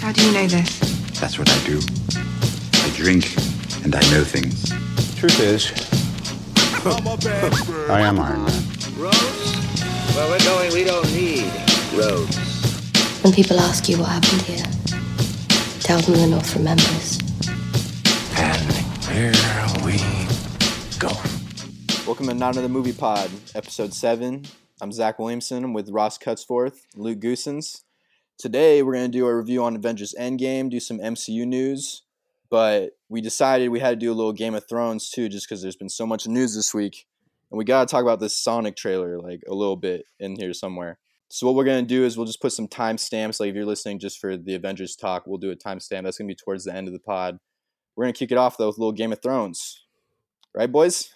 How do you know this? That's what I do. I drink and I know things. Truth is, I am Iron Man. Roads? Where we're going, we don't need roads. When people ask you what happened here, tell them the North remembers. And here we go. Welcome to Not Another Movie Pod, Episode 7. I'm Zach Williamson. I'm with Ross Cutsforth, Luke Goosens. Today, we're going to do a review on Avengers Endgame, do some MCU news, but we decided we had to do a little Game of Thrones too, just because there's been so much news this week. And we got to talk about this Sonic trailer like a little bit in here somewhere. So, what we're going to do is we'll just put some timestamps. Like, if you're listening just for the Avengers talk, we'll do a timestamp. That's going to be towards the end of the pod. We're going to kick it off, though, with a little Game of Thrones. Right, boys?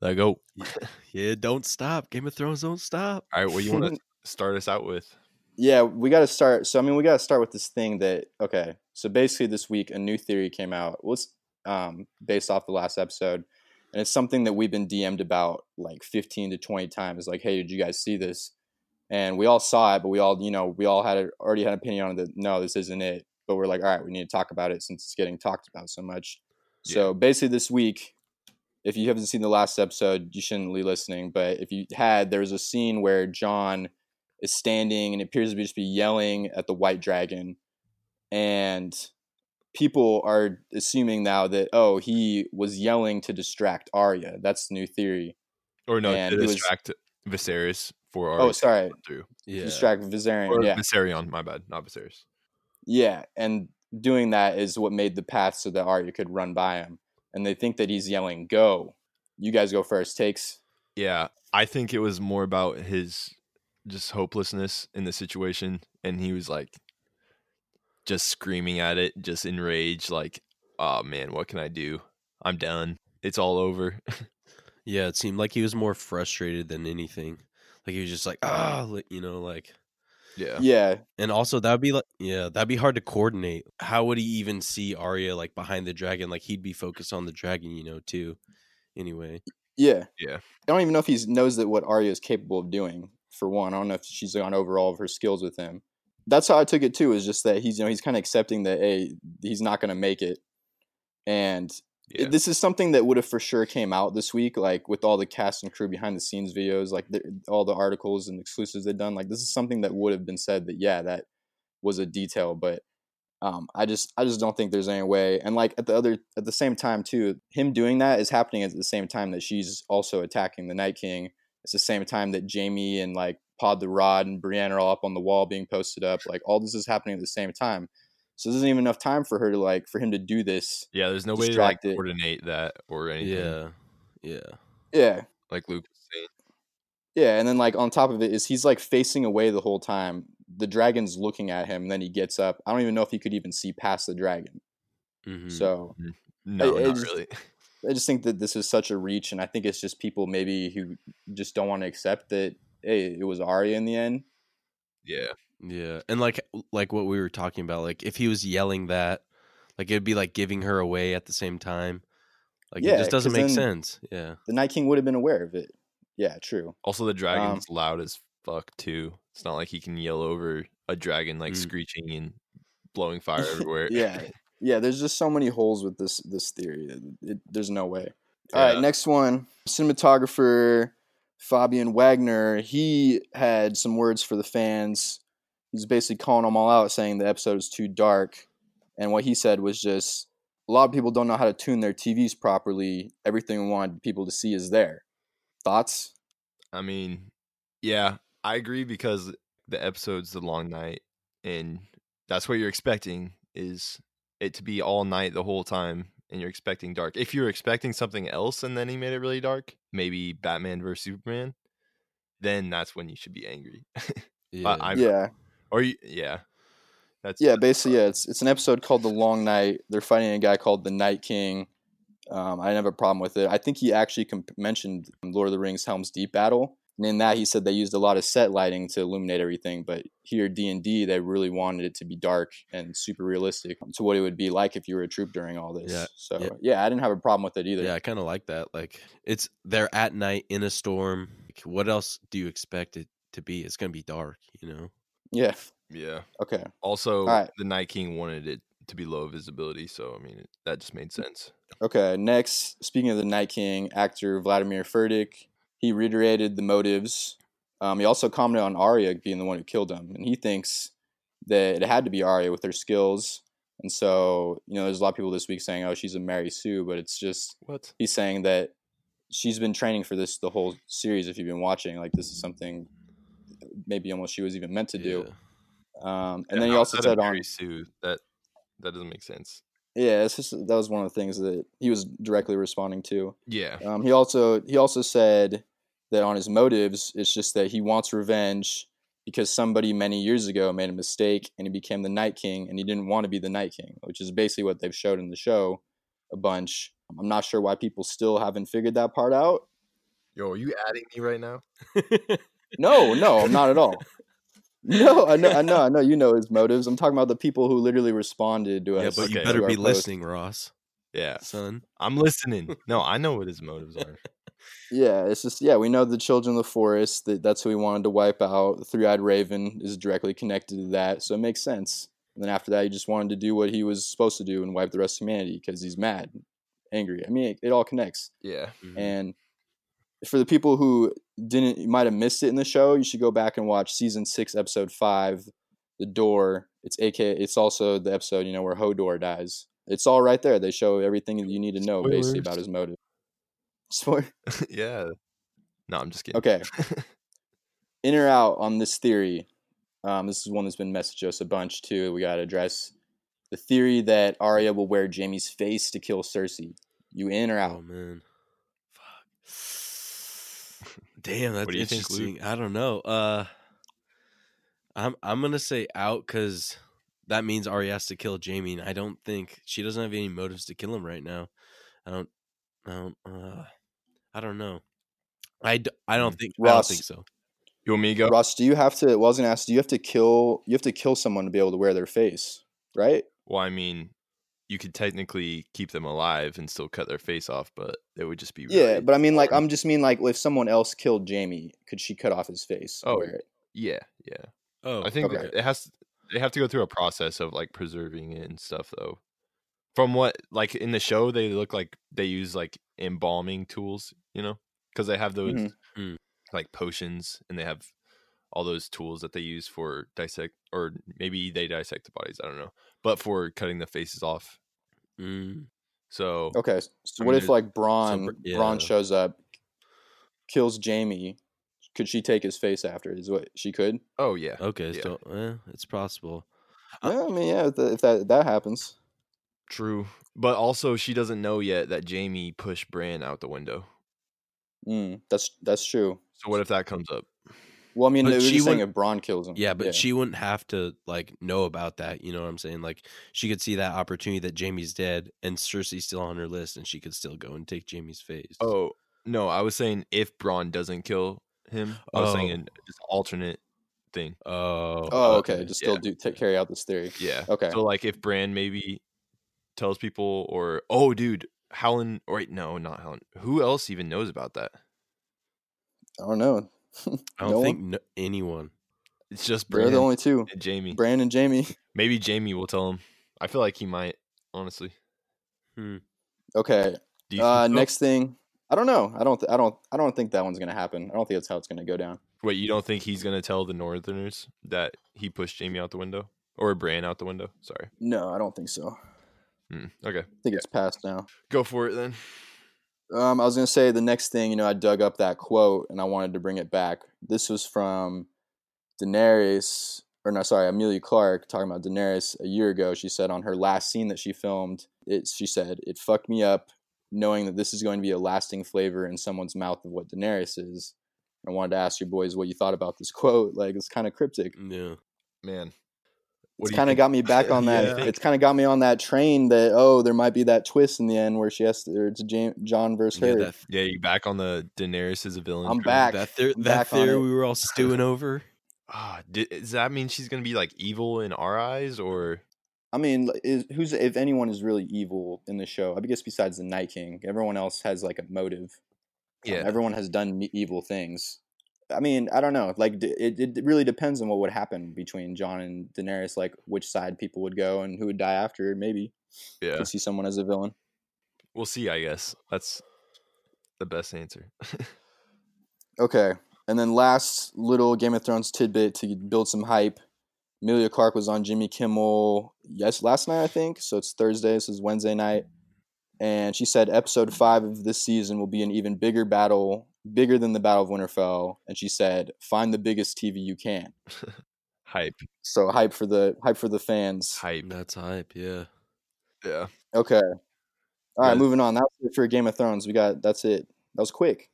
There you oh, go. Yeah, don't stop. Game of Thrones don't stop. All right, what you want to start us out with? Yeah, we got to start. So I mean, we got to start with this thing that okay. So basically, this week a new theory came out. Was um, based off the last episode, and it's something that we've been DM'd about like fifteen to twenty times. Like, hey, did you guys see this? And we all saw it, but we all, you know, we all had a, already had an opinion on it. That, no, this isn't it. But we're like, all right, we need to talk about it since it's getting talked about so much. So basically, this week, if you haven't seen the last episode, you shouldn't be listening. But if you had, there was a scene where John is standing and appears to be just be yelling at the white dragon and people are assuming now that oh he was yelling to distract Arya that's the new theory Or no, Man, to it was- distract Viserys for our oh sorry through. Yeah. distract Viserion Or yeah Viserion, my bad, not Viserys. yeah and doing that is what made the path so that Arya could run by him and they think that he's yelling go you guys go first takes Yeah, I think it was more about his just hopelessness in the situation, and he was like just screaming at it, just enraged, like, "Oh man, what can I do? I'm done. It's all over." Yeah, it seemed like he was more frustrated than anything. Like he was just like, ah, li- you know, like, Yeah, yeah and also that'd be like, yeah, that'd be hard to coordinate. How would he even see Arya like behind the dragon? Like he'd be focused on the dragon, you know, too. Anyway, Yeah. Yeah. I don't even know if he knows that what Arya is capable of doing. For one, I don't know if she's gone over all of her skills with him. That's how I took it too. Is just that he's you know he's kind of accepting that hey he's not going to make it, and it- yeah. this is something that would have for sure came out this week. Like with all the cast and crew behind the scenes videos, like the, all the articles and exclusives they've done. Like this is something that would have been said that yeah that was a detail, but um, I just I just don't think there's any way. And like at the other at the same time too, him doing that is happening at the same time that she's also attacking the Night King. It's the same time that Jamie and like Pod the Rod and Brienne are all up on the wall being posted up. Like all this is happening at the same time. So there isn't even enough time for her to like for him to do this. yeah. There's no way to like distract it. coordinate that or anything. yeah, yeah, Yeah. like Luke was saying. Yeah, and then like on top of it is he's like facing away the whole time. The dragon's looking at him, and then he gets up. I don't even know if he could even see past the dragon. Mhm. So No, I- I not just- really. I just think that this is such a reach, and I think it's just people maybe who just don't want to accept that hey, it was Arya in the end. Yeah, Yeah, and like like what we were talking about, like if he was yelling that, like it'd be like giving her away at the same time. Like Yeah, it just doesn't 'cause make then- sense. Yeah, The Night King would have been aware of it. Yeah, true. Also, the dragon's Um loud as fuck too. It's not like he can yell over a dragon like Mm. screeching and blowing fire everywhere. Yeah, yeah. There's just so many holes with this this theory. It, there's no way. All right, Yeah. next one. Cinematographer Fabian Wagner. He had some words for the fans. He's basically calling them all out, saying the episode is too dark. And what he said was just a lot of people don't know how to tune their TVs properly. Everything we wanted people to see is there. Thoughts? I mean, yeah, I agree because the episode's the long night, and that's what you're expecting is it to be all night the whole time, and you're expecting dark. If you're expecting something else, and then he made it really dark, maybe Batman versus Superman, then that's when you should be angry. yeah. But I'm- yeah. or you, yeah, that's Yeah, basically, yeah. It's it's an episode called The Long Night. They're fighting a guy called the Night King. Um, I didn't have a problem with it. I think he actually comp- mentioned Lord of the Rings Helm's Deep battle, and in that he said they used a lot of set lighting to illuminate everything. But here, D and D, they really wanted it to be dark and super realistic to what it would be like if you were a troop during all this. Yeah, So yeah. yeah. I didn't have a problem with it either. Yeah, I kind of like that. Like it's they're at night in a storm. Like, what else do you expect it to be? It's gonna be dark, you know. Yeah. Yeah. Okay. Also, Alright. the Night King wanted it to be low visibility, so I mean it, that just Mm. made sense. Okay. Next, speaking of the Night King, actor Vladimir Furtick, he reiterated the motives. Um, he also commented on Arya being the one who killed him, and he thinks that it had to be Arya with her skills. And so, you know, there's a lot of people this week saying, "Oh, she's a Mary Sue," but it's just What? he's saying that she's been training for this the whole series. If you've been watching, like this is something maybe almost she was even meant to do. Um, and then he also said on Mary Sue that that doesn't make sense. Yeah, it's just that was one of the things that he was directly responding to. Yeah. Um, he also he also said that on his motives, it's just that he wants revenge because somebody many years ago made a mistake and he became the Night King, and he didn't want to be the Night King, which is basically what they've showed in the show a bunch. I'm not sure why people still haven't figured that part out. Yo, are you adding me right now? Yeah. No, no, I'm not at all. No, I know, I know, I know. You know his motives. I'm talking about the people who literally responded to yeah, us. but you Okay. better to our be post. listening, Ross, Yeah. son. I'm listening. No, I know what his motives are. Yeah, it's just yeah. We know the children of the forest. That that's who he wanted to wipe out. The three-eyed raven is directly connected to that, so it makes sense. And then after that, he just wanted to do what he was supposed to do and wipe the rest of humanity because he's mad, angry. I mean, it, it all connects. Yeah. And for the people who didn't, you might have missed it in the show. You should go back and watch season six, episode five, "The Door." It's AK. It's also the episode you know where Hodor dies. It's all right there. They show everything that you need to know basically about Spoilers. his motive. Spoiler. yeah. No, I'm just kidding. Okay. in or out on this theory. Um, this is one that's been messaged to us a bunch too. We got to address the theory that Arya will wear Jamie's face to kill Cersei. You in or Oh out? man, fuck. Damn, that's do you think, Luke? interesting. I don't know. Uh, I'm I'm gonna say out because that means Arya has to kill Jamie, and I don't think she doesn't have any motives to kill him right now. I don't. I don't. Uh, I don't know. I, d- I don't think. I don't Mm. Ross. think so. You want me to go? Ross, do you have to? Well, I was gonna ask. Do you have to kill? You have to kill someone to be able to wear their face, right? Well, I mean, you could technically keep them alive and still cut their face off, but it would just be Yeah, really- but I mean, like, I'm just mean like, if someone else killed Jamie, could she cut off his face? and Oh, wear it? yeah, yeah. Oh, I think okay. that it has. They have to go through a process of like preserving it and stuff, though. From what like in the show, they look like they use like embalming tools, you know, because they have those Mhm. Mm. like potions and they have all those tools that they use for dissect or maybe they dissect the bodies. I don't know, but for cutting the faces off. Mm, So Okay. So I what mean, if there's like Braun? yeah. Braun shows up, kills Jamie. Could she take his face after? Is what she could? oh yeah, okay, Yeah. so eh, it's possible. Uh, Yeah, I mean, yeah, if, that if that, that happens. True. But also she doesn't know yet that Jamie pushed Bran out the window. Mm, that's that's true. So what if that comes up? Well, I mean, But they were she just saying wouldn't- if Braun kills him. Yeah, but she wouldn't have to like know about that. You know what I'm saying? Like she could see that opportunity that Jamie's dead and Cersei's still on her list, and she could still go and take Jamie's face. Oh no, I was saying if Braun doesn't kill him. I was saying Oh. an just alternate thing. oh, Oh, okay. Just still yeah. do take carry out this theory. Yeah. Okay. So like if Bran maybe tells people or oh dude, Howland or wait, no, not Howland. Who else even knows about that? I don't know. I don't no think no, anyone. It's just They're Bran the only two. and Jamie. Bran and Jamie. Maybe Jamie will tell him. I feel like he might, honestly. Hmm. Okay. Do you Uh, think so? next thing, I don't know. I don't. Th- I don't. I don't think that one's gonna happen. I don't think that's how it's gonna go down. Wait, you don't think he's gonna tell the Northerners that he pushed Jamie out the window or Bran out the window? Sorry. No, I don't think so. Hmm, Okay, I think it's past now. go for it then. Um, I was gonna say the next thing, you know, I dug up that quote and I wanted to bring it back. This was from Daenerys, or no, sorry, Amelia Clark talking about Daenerys a year ago. She said on her last scene that she filmed, it she said it fucked me up knowing that this is going to be a lasting flavor in someone's mouth of what Daenerys is. I wanted to ask you boys what you thought about this quote. Like it's kind of cryptic. No. Man, What It's do you kind of think? got me back on that. Yeah. It's kind of got me on that train that oh, there might be that twist in the end where she has to, or it's Jam- John versus Yeah, her. that, Yeah, you back on the Daenerys is a villain. I'm train? back. that, theor- I'm that back on theory it. we were all stewing over. Ah, di- does that mean she's gonna be like evil in our eyes, or I mean, like, is, who's if anyone is really evil in the show? I guess besides the Night King, everyone else has like a motive. Um, Yeah. everyone has done me- evil things. I mean, I don't know. Like, d- it, it really depends on what would happen between John and Daenerys, like which side people would go and who would die after. Maybe Yeah. could see someone as a villain. We'll see, I guess. That's the best answer. Okay, and then last little Game of Thrones tidbit to build some hype. Amelia Clark was on Jimmy Kimmel yes last night, I think. So it's Thursday. This is Wednesday night, and she said episode five of this season will be an even bigger battle, bigger than the Battle of Winterfell. And she said, "Find the biggest TV you can." hype. So hype for the hype for the fans. Hype. That's hype. Yeah. Yeah. Okay. All right, Yeah. moving on. That's it for Game of Thrones. We got that's it. That was quick.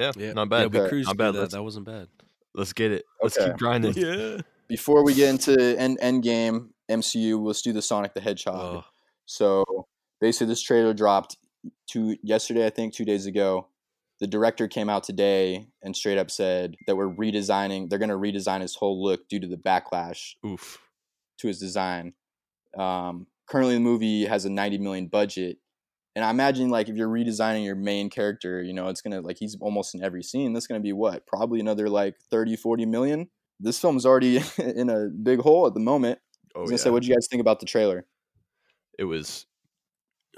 Yeah. Yeah. Not Yeah, bad. we Okay. cruised Not through bad. that. Let's, That wasn't bad. let's get it. Let's Okay. keep grinding. Yeah. Before we get into end end game MCU, let's do the Sonic the Hedgehog. Oh, So basically, this trailer dropped two yesterday, I think, two days ago. The director came out today and straight up said that we're redesigning. They're going to redesign his whole look due to the backlash Oof. to his design. Um, currently, the movie has a 90 million budget, and I imagine like if you're redesigning your main character, you know, it's gonna like he's almost in every scene. That's gonna be what probably another like 30, 40 million. This film's already in a big hole at the moment. I Oh was yeah. gonna say, what do you guys think about the trailer? it was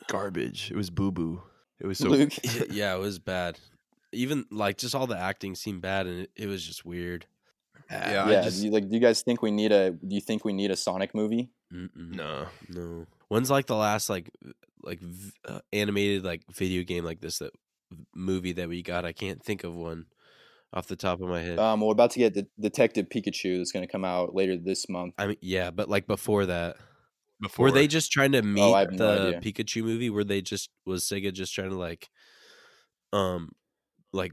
garbage. It was boo boo. It was so Luke, yeah, it was bad. Even like just all the acting seemed bad, and it, it was just weird. Yeah, I yeah, just- do you, like, do you guys think we need a? Do you think we need a Sonic movie? Mm-mm. no. No. When's like the last like v- like v- uh, animated like video game like this that movie that we got? I can't think of one off the top of my head. Um, we're about to get the Detective Pikachu that's gonna come out later this month. I mean, yeah, but like before that, Before were they just trying to meet Oh, have no the idea. Pikachu movie? Were they just was Sega just trying to like, um, like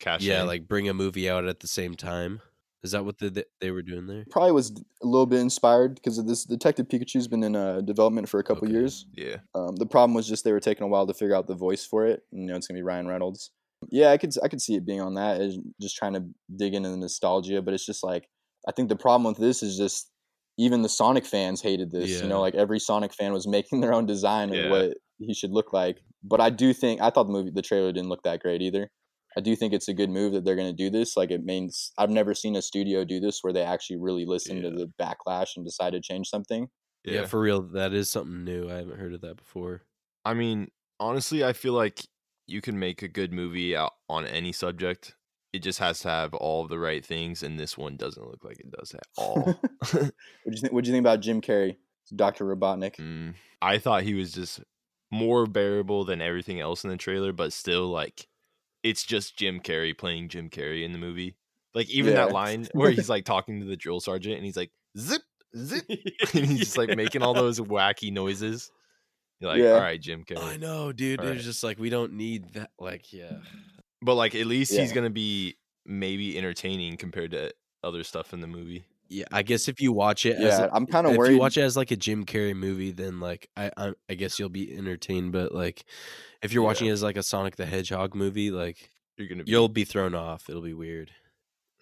cash? yeah, in? like bring a movie out at the same time? Is that what the, the, they were doing there? Probably was a little bit inspired because this Detective Pikachu's been in uh, development for a couple Okay. years. yeah. Um, the problem was just they were taking a while to figure out the voice for it. And, you know, it's gonna be Ryan Reynolds. Yeah, I could I could see it being on that. Is just trying to dig into the nostalgia, but it's just like I think the problem with this is just even the Sonic fans hated this. You Yeah. know, like every Sonic fan was making their own design of Yeah. what he should look like. But I do think I thought the movie, the trailer didn't look that great either. I do think it's a good move that they're going to do this. Like it means I've never seen a studio do this where they actually really listen to Yeah. the backlash and decide to change something. Yeah. for real, that is something new. I haven't heard of that before. I mean, honestly, I feel like you can make a good movie out on any subject. It just has to have all the right things, and this one doesn't look like it does at all. what do you think? What do you think about Jim Carrey, Doctor Robotnik? Mm. I thought he was just more bearable than everything else in the trailer, but still, like, it's just Jim Carrey playing Jim Carrey in the movie. Like, even Yeah. that line where he's like talking to the drill sergeant and he's like, zip, zip. And he's just like making all those wacky noises. You're like, Yeah. all right, Jim Carrey. I know, dude. It Alright. was just like we don't need that. Like, Mm. yeah, But like at least he's Yeah. gonna be maybe entertaining compared to other stuff in the movie. yeah. I guess if you watch it, as Yeah, a, I'm kind of if worried. you watch it as like a Jim Carrey movie, then like I, I, I guess you'll be entertained. But like, if you're watching it as like a Sonic the Hedgehog movie, like You're gonna be you'll be thrown off. It'll be weird.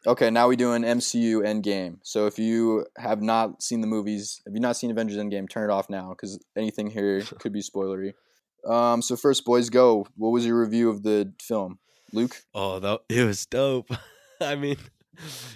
okay, now we do an MCU Endgame. So if you have not seen the movies, if you've not seen Avengers Endgame, turn it off now because anything here could be spoilery. Um, so first, boys, go. What was your review of the film, Luke? Oh, that it was dope. I mean,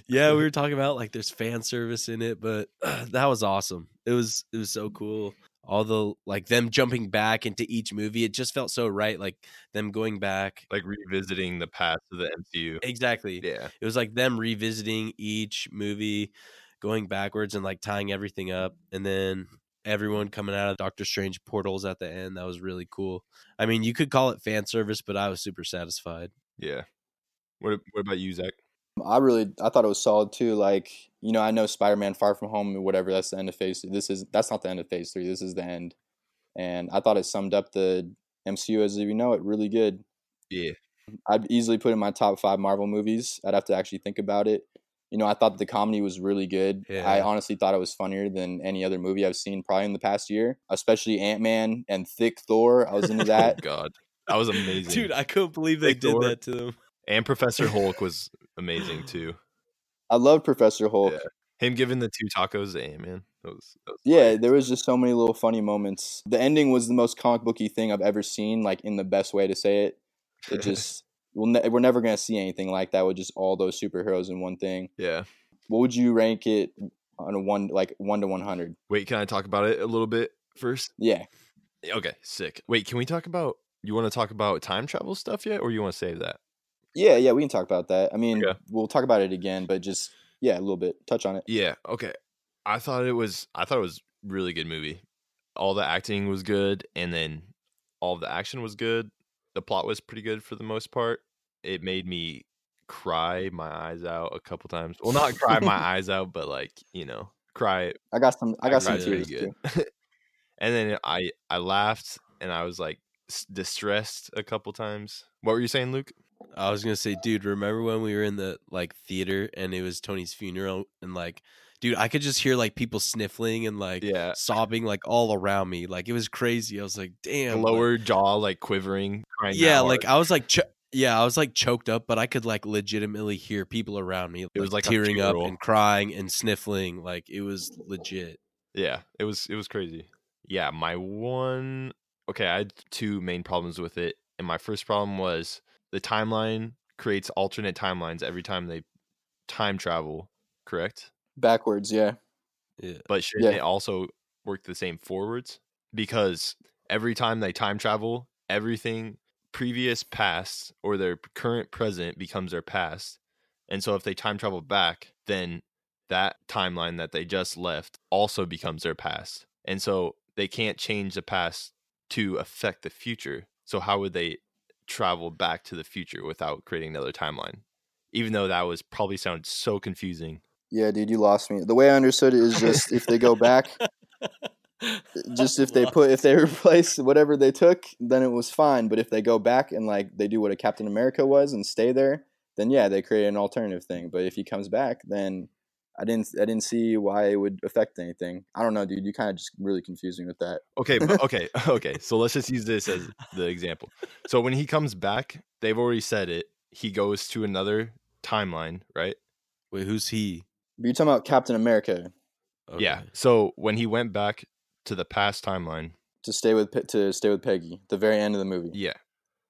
yeah, we were talking about like there's fan service in it, but that was awesome. It was it was so cool. All the like them jumping back into each movie, it just felt so right. Like them going back. like revisiting the past of the MCU. Exactly. Yeah. It was like them revisiting each movie, going backwards and like tying everything up, and then everyone coming out of Doctor Strange portals at the end. That was really cool. I mean, you could call it fan service, but I was super satisfied. Yeah. What what about you, Zach? I really, I thought it was solid too. Like, you know, I know Spider-Man: Far From Home or whatever. That's the end of Phase. Three. This is that's not the end of Phase Three. This is the end. And I thought it summed up the MCU as we know it really good. Yeah. I'd easily put in my top five Marvel movies. I'd have to actually think about it. You know, I thought the comedy was really good. I Yeah. honestly thought it was funnier than any other movie I've seen probably in the past year, especially Ant Man and Thick Thor. I was into Oh that. God. That was amazing. dude. I couldn't believe they Like did Thor. that to them. And Professor Hulk was amazing too. I love Professor Hulk. Yeah. Him giving the two tacos to Ant Man. That was, that was Yeah, there was just so many little funny moments. The ending was the most comic booky thing I've ever seen, like in the best way to say it. It just We'll ne- we're never going to see anything like that with just all those superheroes in one thing. Yeah. What would you rank it on a one like one to one hundred? Wait, can I talk about it a little bit first? Yeah, Okay, sick. Wait, can we talk about you want to talk about time travel stuff yet or you want to save that? yeah, yeah. We can talk about that. I mean, Okay. we'll talk about it again, but just yeah, a little bit. Touch on it. Yeah, okay. I thought it was I thought it was really good movie. All the acting was good and then all the action was good. The plot was pretty good for the most part. It made me cry my eyes out a couple times. Well, not cry my eyes out, but like, you know, cry I got some. I got some cried pretty tears too. good. and then I I laughed and I was like s- distressed a couple times. What were you saying, Luke? I was gonna say, dude, remember when we were in the like theater and it was Tony's funeral and like, dude, I could just hear like people sniffling and like Yeah. sobbing like all around me. Like it was crazy. I was like, damn. like- Lower jaw like quivering, crying. that yeah, like hard. I was like, cho- yeah, I was like choked up, but I could like legitimately hear people around me. It was like a tearing up funeral. and crying and sniffling. Like it was legit. yeah, it was it was crazy. Yeah, my one okay, I had two main problems with it, and my first problem was the timeline creates alternate timelines every time they time travel. Correct. Backwards, yeah. Yeah. but should Yeah. it also work the same forwards? Because every time they time travel, everything previous past or their current present becomes their past. And so if they time travel back, then that timeline that they just left also becomes their past. And so they can't change the past to affect the future. So how would they travel back to the future without creating another timeline? Even though that was probably sounded so confusing. Yeah, dude, you lost me. The way I understood it is just if they go back, just if they put if they replace whatever they took, then it was fine. But if they go back and like they do what a Captain America was and stay there, then yeah, they create an alternative thing. But if he comes back, then I didn't I didn't see why it would affect anything. I don't know, dude. You kind of just really confusing with that. Okay, but okay, okay. So let's just use this as the example. So when he comes back, they've already said it. He goes to another timeline, right? Wait, who's he? But you're talking about Captain America Yeah. Okay. So when he went back to the past timeline, to stay with Pe- to stay with Peggy, the very end of the movie. yeah,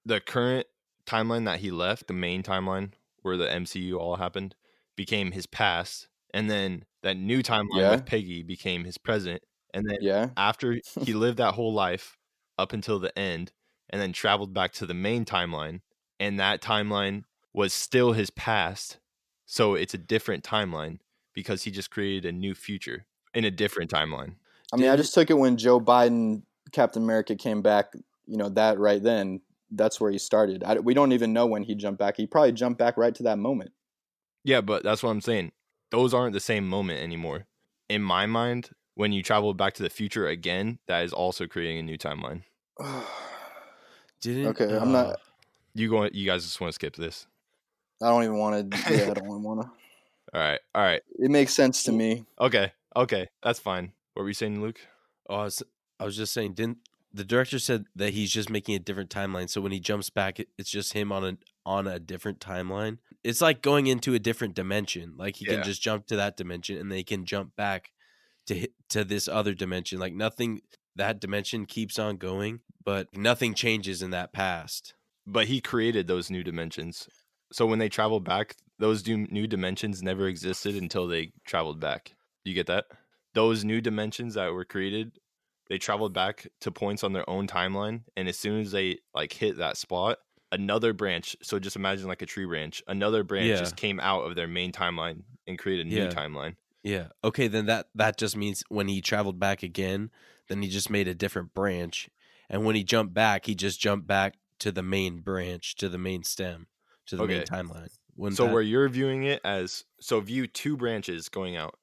the current timeline that he left, the main timeline where the MCU all happened, became his past, and then that new timeline Yeah. with Peggy became his present, and then Yeah. after he lived that whole life up until the end and then traveled back to the main timeline and that timeline was still his past so it's a different timeline because he just created a new future in a different timeline I mean, I just took it when Joe Biden, Captain America, came back. You know that right then. That's where he started. I, we don't even know when he jumped back. He probably jumped back right to that moment. yeah but that's what i'm saying those aren't the same moment anymore in my mind when you travel back to the future again that is also creating a new timeline I Didn't Okay, I'm not- you going you guys just want to skip this don't even want to. Yeah, I don't even want to. all right all right It makes sense to me. okay okay that's fine what were you saying luke Oh, I was, I was just saying, didn't the director said that he's just making a different timeline? So when he jumps back, it, it's just him on a on a different timeline. It's like going into a different dimension. Like he Yeah. can just jump to that dimension, and they can jump back to hit, to this other dimension. Like nothing. That dimension keeps on going, but nothing changes in that past. but he created those new dimensions. So when they travel back, those do- new dimensions never existed until they traveled back. Do you get that? Those new dimensions that were created, they traveled back to points on their own timeline, and as soon as they like hit that spot, another branch. So just imagine like a tree branch. Another branch Yeah. just came out of their main timeline and created a new Yeah. timeline. Yeah. Okay, then that that just means when he traveled back again, then he just made a different branch. And when he jumped back, he just jumped back to the main branch, to the main stem, to the main Okay. timeline. Wouldn't so that- where you're viewing it as so view two branches going out.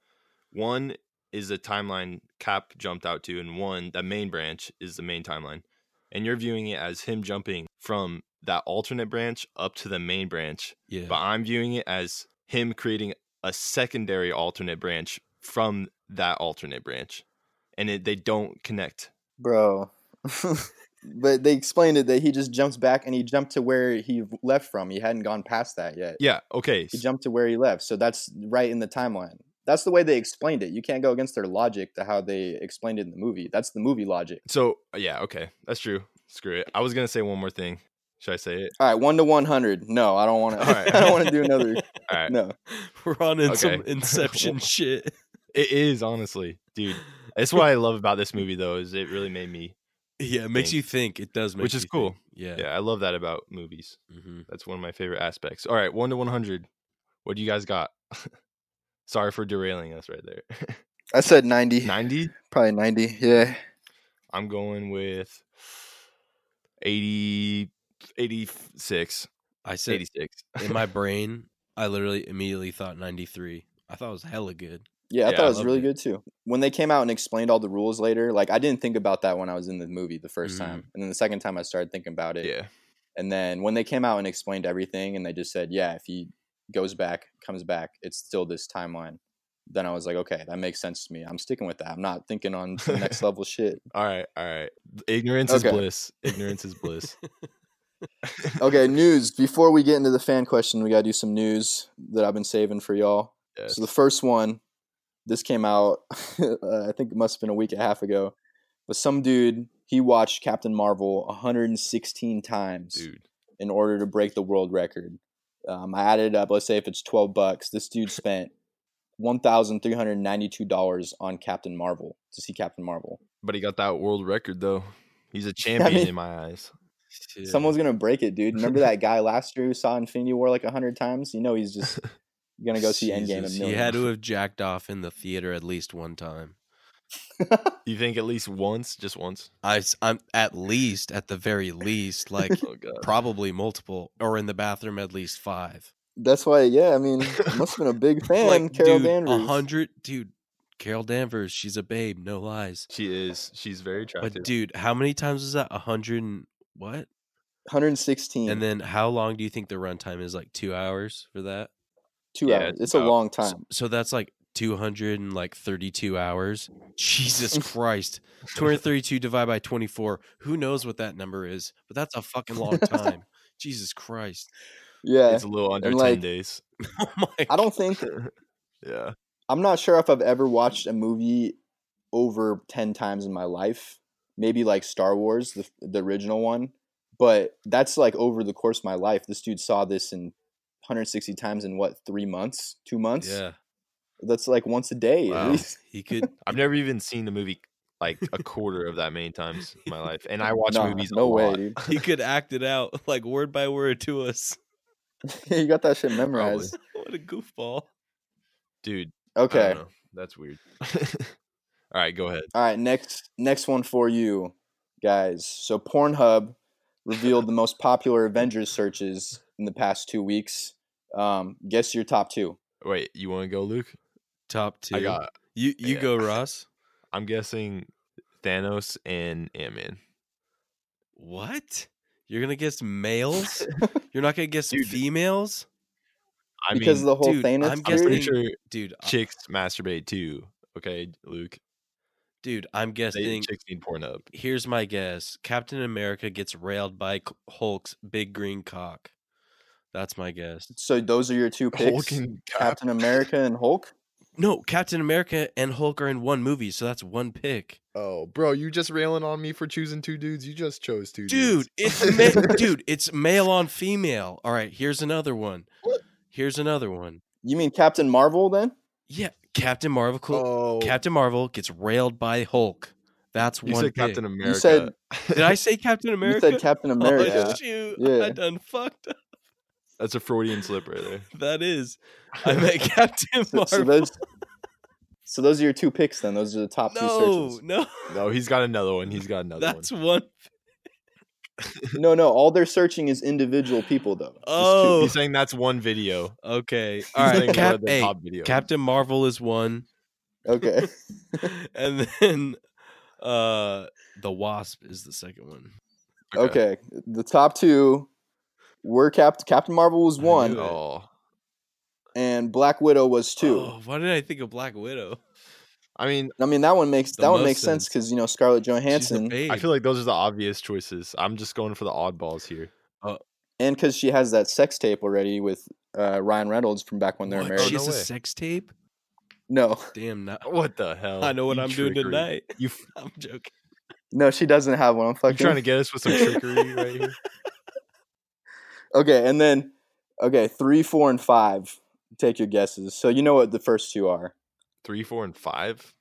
One is the timeline Cap jumped out to, and one the main branch is the main timeline. And you're viewing it as him jumping from that alternate branch up to the main branch. yeah. But I'm viewing it as him creating a secondary alternate branch from that alternate branch. And it, they don't connect. Bro. but they explained it that he just jumps back and he jumped to where he left from. He hadn't gone past that yet. Yeah. Okay. He jumped to where he left. So that's right in the timeline. That's the way they explained it. You can't go against their logic to how they explained it in the movie. That's the movie logic. So yeah, okay, that's true. Screw it. I was gonna say one more thing. Should I say it? All right, one to one hundred. No, I don't want All right. to. I don't want to do another. All right. No, We're on in some Okay. Inception shit. It is honestly, dude. That's what I love about this movie, though, is it really made me. Yeah, it makes Think. you think. It does, make Which is you cool. think. Yeah. Yeah, I love that about movies. hmm That's one of my favorite aspects. All right, one to one hundred. What do you guys got? Sorry for derailing us right there. I said ninety. Ninety. Probably ninety. Yeah. I'm going with 80, 86. I said 86. in my brain, I literally immediately thought ninety three. I thought it was hella good. Yeah, I Yeah, thought I it was loved really it. good too. When they came out and explained all the rules later, like I didn't think about that when I was in the movie the 1st Mhm. time, and then the second time I started thinking about it. Mm-hmm. Yeah. And then when they came out and explained everything, and they just said, "Yeah, if he goes back, comes back, it's still this timeline." Then I was like, "Okay, that makes sense to me. I'm sticking with that. I'm not thinking on to the next level shit." All right. All right. Ignorance Okay. is bliss. Ignorance is bliss. Okay, news. Before we get into the fan question, we gotta do some news that I've been saving for y'all. Yes. So the first one, this came out, uh, I think it must have been a week and a half ago, but some dude he watched Captain Marvel 116 times Dude. in order to break the world record. Um, I added it up. Let's say if it's 12 bucks, this dude spent 1,392 dollars on Captain Marvel to see Captain Marvel. But he got that world record, though. He's a champion mean- in my eyes. Someone's gonna break it, dude. Remember that guy last year who saw Infinity War like 100 times? You know he's just gonna go see Endgame a Jesus, million. He had to have jacked off in the theater at least one time. You think at least once, just once? I, am at least, at the very least, like Oh, God. probably multiple, or in the bathroom at least five. That's why, yeah. I mean, must have been a big fan, like, Carol dude, Danvers. a hundred, dude. Carol Danvers, she's a babe, no lies. She is. She's very attractive. But dude, how many times is that? A hundred and what? 116, And then how long do you think the runtime is? Like two hours for that? two yeah, hours. it's It's a about- long S- time. So, that's like two hundred and like thirty-two hours. Jesus Christ! Two hundred thirty-two divided by twenty-four. Who knows what that number is? But that's a fucking long time. Jesus Christ! Yeah, it's a little under and, like- 10 days. Oh my! I don't think Yeah. I'm not sure if I've ever watched a movie over 10 times in my life. Maybe like Star Wars, the the original one, but that's like over the course of my life. This dude saw this in 160 times in what three months, two months. Yeah, that's like once a day at Wow. least. he could. I've never even seen the movie like a quarter of that many times in my life. And I watch Nah, movies a no way, lot. dude. He could act it out like word by word to us. you got that shit Probably. memorized. What a goofball! Dude. I don't Okay. know. That's weird. All right. Go ahead. All right, next next one for you guys. So Pornhub revealed the most popular Avengers searches in the past two weeks. Um, guess your top two. Wait. You want to go, Luke? Top two. I got you. You yeah. go, Ross. I'm guessing Thanos and Ant Man. What? You're gonna guess males? You're not gonna guess females? I because mean, of the whole dude, Thanos I'm I'm theory. pretty guessing- sure Dude, I- chicks masturbate too. Okay, Luke. dude, I'm They, guessing. chicks need Pornhub. Here's my guess: Captain America gets railed by C- Hulk's big green cock. That's my guess. So those are your two picks: Hulk and Cap. Captain America and Hulk. No, Captain America and Hulk are in one movie, so that's one pick. Oh, bro, you just railing on me for choosing two dudes. You just chose two Dude, it's ma- dude, it's male on female. All right, here's another one. Here's another one. You mean Captain Marvel? Then Yeah, Captain Marvel. oh, Captain Marvel gets railed by Hulk. That's you one. said pick. Captain America. said- Did I say Captain America? you said Captain America. Oh, shoot. I Yeah. done fucked up. That's a Freudian slip right there. That is. I meant Captain so, so Marvel. those. So those are your two picks. Then those are the top two no, searches. no. No, he's got another one. He's got another That's one. one. No, no. All they're searching is individual people, though. Just two. Oh. He's saying that's one video. Okay. He's All right. saying one Cap- of the hey, top videos. Captain Marvel is one. Okay. and then uh The Wasp is the second one. Okay. The top two were Cap- Captain Marvel was I one knew it. Oh, and Black Widow was two. Oh, why did I think of Black Widow? I mean, I mean that one makes The that one most makes sense sense. because you know Scarlett She's a Johansson babe. I feel like those are the obvious choices. I'm just going for the oddballs here. and because she has that sex tape already with uh, Ryan Reynolds from back when they're What? married. She no has a way. sex tape. No, Damn, not. What the hell? I know what You I'm doing trickery. tonight. You f- I'm joking. no, she doesn't have one. I'm you fucking trying to get us with some trickery right here. Okay, and then okay, three, four, and five. Take your guesses. So you know what the first two are. Three, four, and five.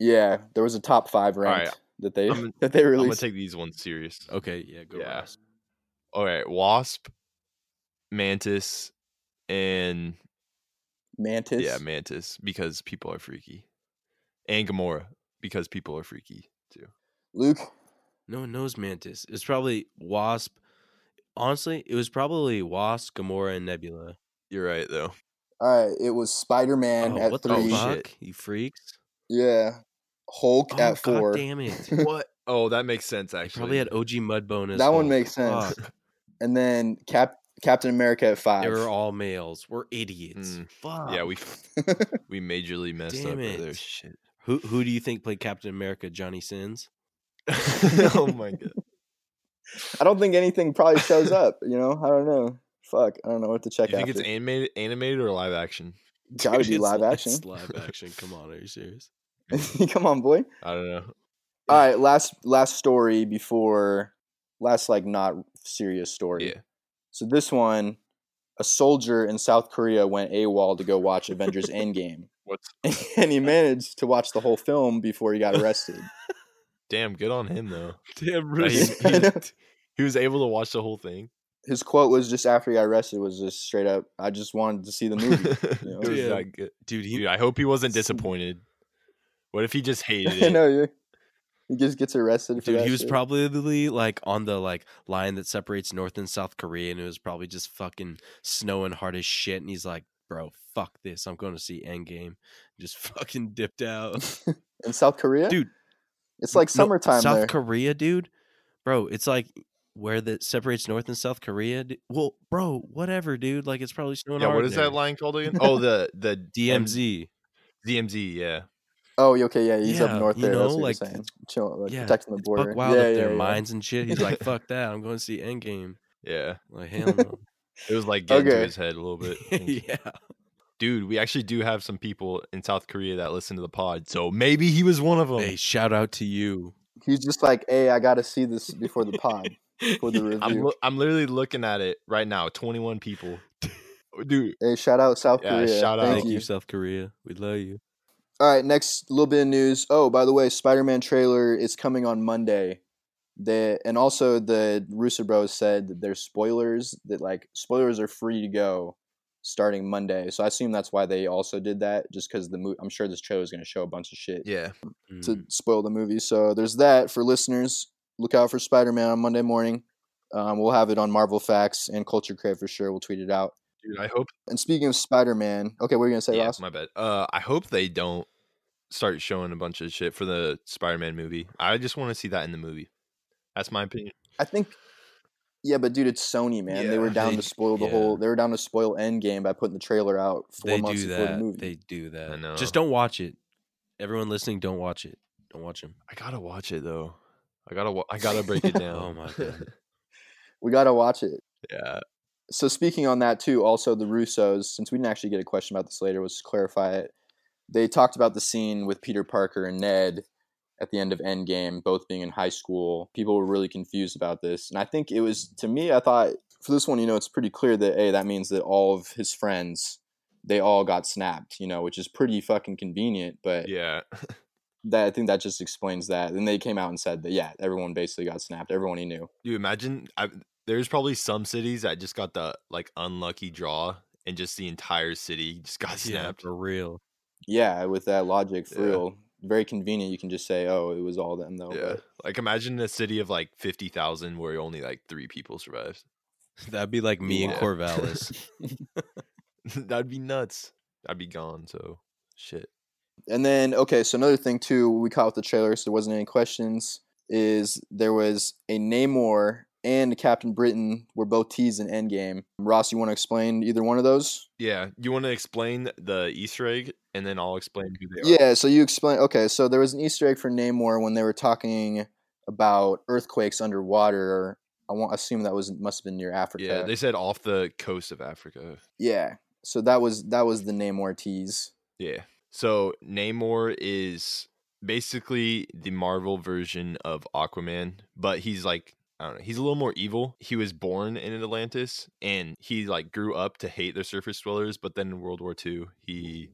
Yeah, there was a top five right. ranked that they I'm gonna- that they I'm gonna released. take these ones serious. Okay, yeah, go Yeah. Ross. All right, wasp, mantis, and Mantis. yeah, mantis because people are freaky, and Gamora because people are freaky too. Luke. No one knows Mantis. It's probably Wasp. Honestly, it was probably Wasp, Gamora, and Nebula. You're right though. All right, it was Spider Man oh, at what three. the shit. fuck? You freaks! Yeah, Hulk Oh, at God four. damn it! What? Oh, that makes sense They actually. probably had OG Mudbone as That one Hulk. makes sense. Oh, Fuck. And then Cap Captain America at five. They were all males. We're idiots. Mm. Fuck. Yeah, we we majorly messed up Damn with it. their shit. Who who do you think played Captain America? Johnny Sins. oh my god. I don't think anything probably shows up. You know, I don't know. Fuck, I don't know what to check You think after. it's animated, animated or live action? Gotta Dude, be it's live li- action. It's live action. Come on, are you serious? Come on, boy. I don't know. All right, last last story before last like not serious story. Yeah. So this one, a soldier in South Korea went AWOL to go watch Avengers Endgame, What's and he managed to watch the whole film before he got arrested. damn good on him though. Damn That he- Really? I know. he, he was able to watch the whole thing. His quote was just after he got arrested was just straight up, "I just wanted to see the movie." It was Damn. that good. Dude, he Dude, I hope he wasn't disappointed. What if he just hated I it? know you. He just gets arrested for Dude, that. he was shit. probably like on the like line that separates North and South Korea, and it was probably just fucking snowing hard as shit. And he's like, "Bro, fuck this! I'm going to see Endgame." Just fucking dipped out, in South Korea, dude. It's like no, summertime South there. Korea, dude, bro. It's like where that separates North and South Korea. du- Well, bro, whatever, dude. Like it's probably snowing. Yeah, hard what is there. that line called again? Oh, the the DMZ. DMZ, yeah. oh, yeah, okay, yeah, he's Yeah, up north you there. know, that's what like, you're saying. Chill, like, yeah, protecting the It's border. buck wild yeah, up yeah, there, yeah. mines and shit. He's like, "Fuck that! I'm going to see Endgame." Yeah. Like hell no. It was like getting to Okay. his head a little bit. yeah. Dude, we actually do have some people in South Korea that listen to the pod. So maybe he was one of them. Hey, shout out to you. He's just like, hey, I got to see this before the pod, before the review. I'm lo- I'm literally looking at it right now. 21 people. Dude, hey, shout out South Yeah, Korea. shout Thank Thank you. you, South Korea. We love you. All right, next little bit of news. Oh, by the way, Spider-Man trailer is coming on Monday. The and also the Russo Bros said that there's spoilers that like spoilers are free to go starting Monday. So I assume that's why they also did that, just because the movie. I'm sure this show is going to show a bunch of shit. yeah. Mm-hmm. Mm. to spoil the movie. So there's that for listeners. Look out for Spider Man on Monday morning. Um, we'll have it on Marvel Facts and Culture Crave for sure. We'll tweet it out. Dude, I hope And speaking of Spider Man, okay, what are you gonna say, yeah, Ross? my bad. Uh I hope they don't start showing a bunch of shit for the Spider-Man movie. I just want to see that in the movie. That's my opinion. I think, yeah, but dude, it's Sony, man. they were Yeah, down they- to spoil the yeah. whole. They were down to spoil Endgame by putting the trailer out four they months do before that. the movie. They do that. I know. Just don't watch it. Everyone listening, don't watch it. Don't watch him. I gotta watch it though. I gotta wa- I gotta break it down. Oh my God. We gotta watch it. yeah. so speaking on that too, also the Russos, since we didn't actually get a question about this later, was to clarify it. They talked about the scene with Peter Parker and Ned at the end of Endgame, both being in high school. People were really confused about this, and I think it was to me. I thought for this one, you know, it's pretty clear that hey, that means that all of his friends, they all got snapped, you know, which is pretty fucking convenient. But Yeah. that I think that just explains that. Then they came out and said that yeah, everyone basically got snapped, everyone he knew. Dude, imagine I, there's probably some cities that just got the like unlucky draw and just the entire city just got Yeah, snapped. for real. Yeah, with that logic, for Yeah. real. Very convenient. You can just say, "Oh, it was all them, though." Yeah. but- Like imagine a city of like 50,000 where only like 3 people survived. That'd be like me Yeah. and Corvallis. That'd be nuts. I'd be gone, so shit. And then, okay, so another thing too, we caught with the trailer, so there wasn't any questions. Is there was a Namor and Captain Britain were both teased in Endgame. Ross, you want to explain either one of those? Yeah, you want to explain the Easter egg and then I'll explain who they are. Yeah. So you explain. Okay, so there was an Easter egg for Namor when they were talking about earthquakes underwater. I want assume that was must have been near Africa. Yeah, they said off the coast of Africa. yeah. So that was that was the Namor tease. Yeah. So Namor is basically the Marvel version of Aquaman, but he's like I don't know. He's a little more evil. He was born in Atlantis and he like grew up to hate the surface dwellers, but then in World War II, he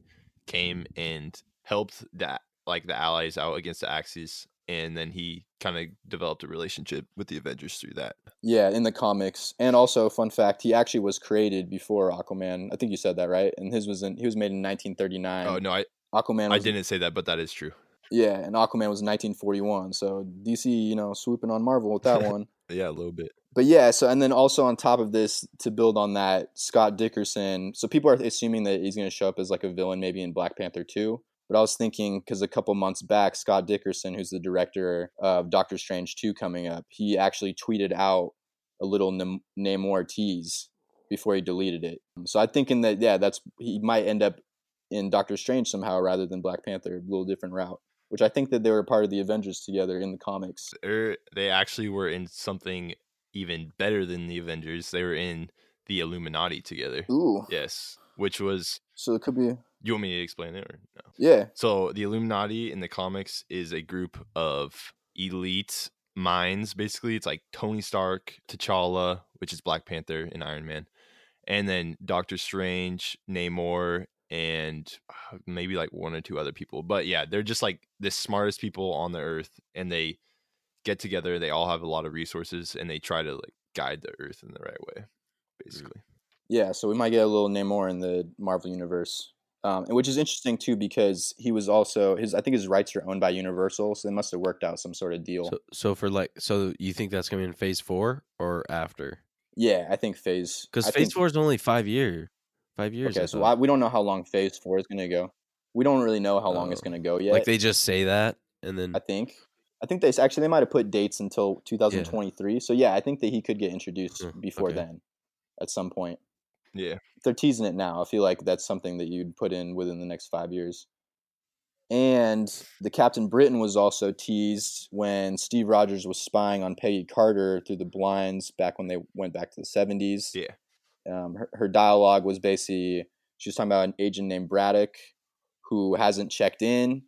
came and helped that like the allies out against the Axis and then he kind of developed a relationship with the Avengers through that. Yeah, in the comics. And also, fun fact, he actually was created before Aquaman. I think you said that, right? And his was in he was made in 1939. Oh no, I Aquaman I was, didn't say that, but that is true. Yeah, and Aquaman was 1941. So DC, you know, swooping on Marvel with that one. Yeah, a little bit. but yeah, so and then also on top of this, to build on that, Scott Dickerson. So people are assuming that he's going to show up as like a villain, maybe in Black Panther two. But I was thinking because a couple months back, Scott Dickerson, who's the director of Doctor Strange two coming up, he actually tweeted out a little Nam- Namor tease before he deleted it. So I'm thinking that yeah, that's he might end up in Doctor Strange somehow rather than Black Panther, a little different route. Which I think that they were part of the Avengers together in the comics. Or er, they actually were in something even better than the Avengers. They were in the Illuminati together. Ooh, Yes, which was so it could be you want me to explain it or no? yeah. So the Illuminati in the comics is a group of elite minds. Basically, it's like Tony Stark, T'Challa, which is Black Panther and Iron Man, and then Doctor Strange, Namor, and uh, maybe like one or two other people. But yeah, they're just like the smartest people on the earth, and they get together. They all have a lot of resources, and they try to like guide the earth in the right way, basically. Yeah, so we might get a little Namor in the Marvel universe, um, and which is interesting too because he was also his. I think his rights are owned by Universal, so they must have worked out some sort of deal. So, so for like, so you think that's gonna be in Phase Four or after? yeah, I think Phase Because I Phase think- Four is only five year, five years. Okay, I so thought. I, we don't know how long Phase Four is going to go. We don't really know how long it's Oh, going to go yet. like they just say that, and then I think. I think they s- actually they might have put dates until 2023. So yeah, I think that he could get introduced Hmm, before okay. then, at some point. Yeah. If they're teasing it now. I feel like that's something that you'd put in within the next five years. And the Captain Britain was also teased when Steve Rogers was spying on Peggy Carter through the blinds back when they went back to the 70s Yeah. um, her, her dialogue was basically she was talking about an agent named Braddock who hasn't checked in.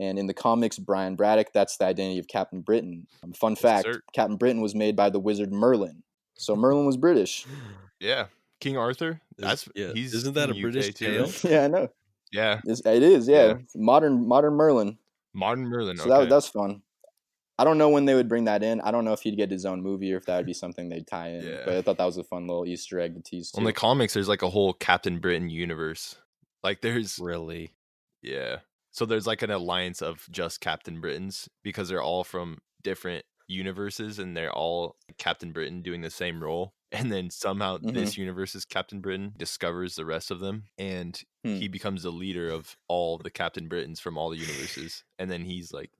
And in the comics, Brian Braddock, that's the identity of Captain Britain. Um, fun fact sir. Captain Britain was made by the wizard Merlin. So Merlin was British. Yeah, King Arthur. That's yeah. he's Isn't that from a the British too, right? tale? yeah, I know. Yeah, It's, it is, yeah. Yeah. Modern modern Merlin. modern Merlin. So okay. that, that's fun. I don't know when they would bring that in. I don't know if he'd get his own movie or if that would be something they'd tie in. Yeah. But I thought that was a fun little Easter egg to tease. On the too. comics, there's like a whole Captain Britain universe. Like there's really, yeah. So there's like an alliance of just Captain Britons because they're all from different universes and they're all Captain Britain doing the same role. And then somehow Mm-hmm. this universe's Captain Britain discovers the rest of them and Hmm. he becomes the leader of all the Captain Britons from all the universes. And then he's like,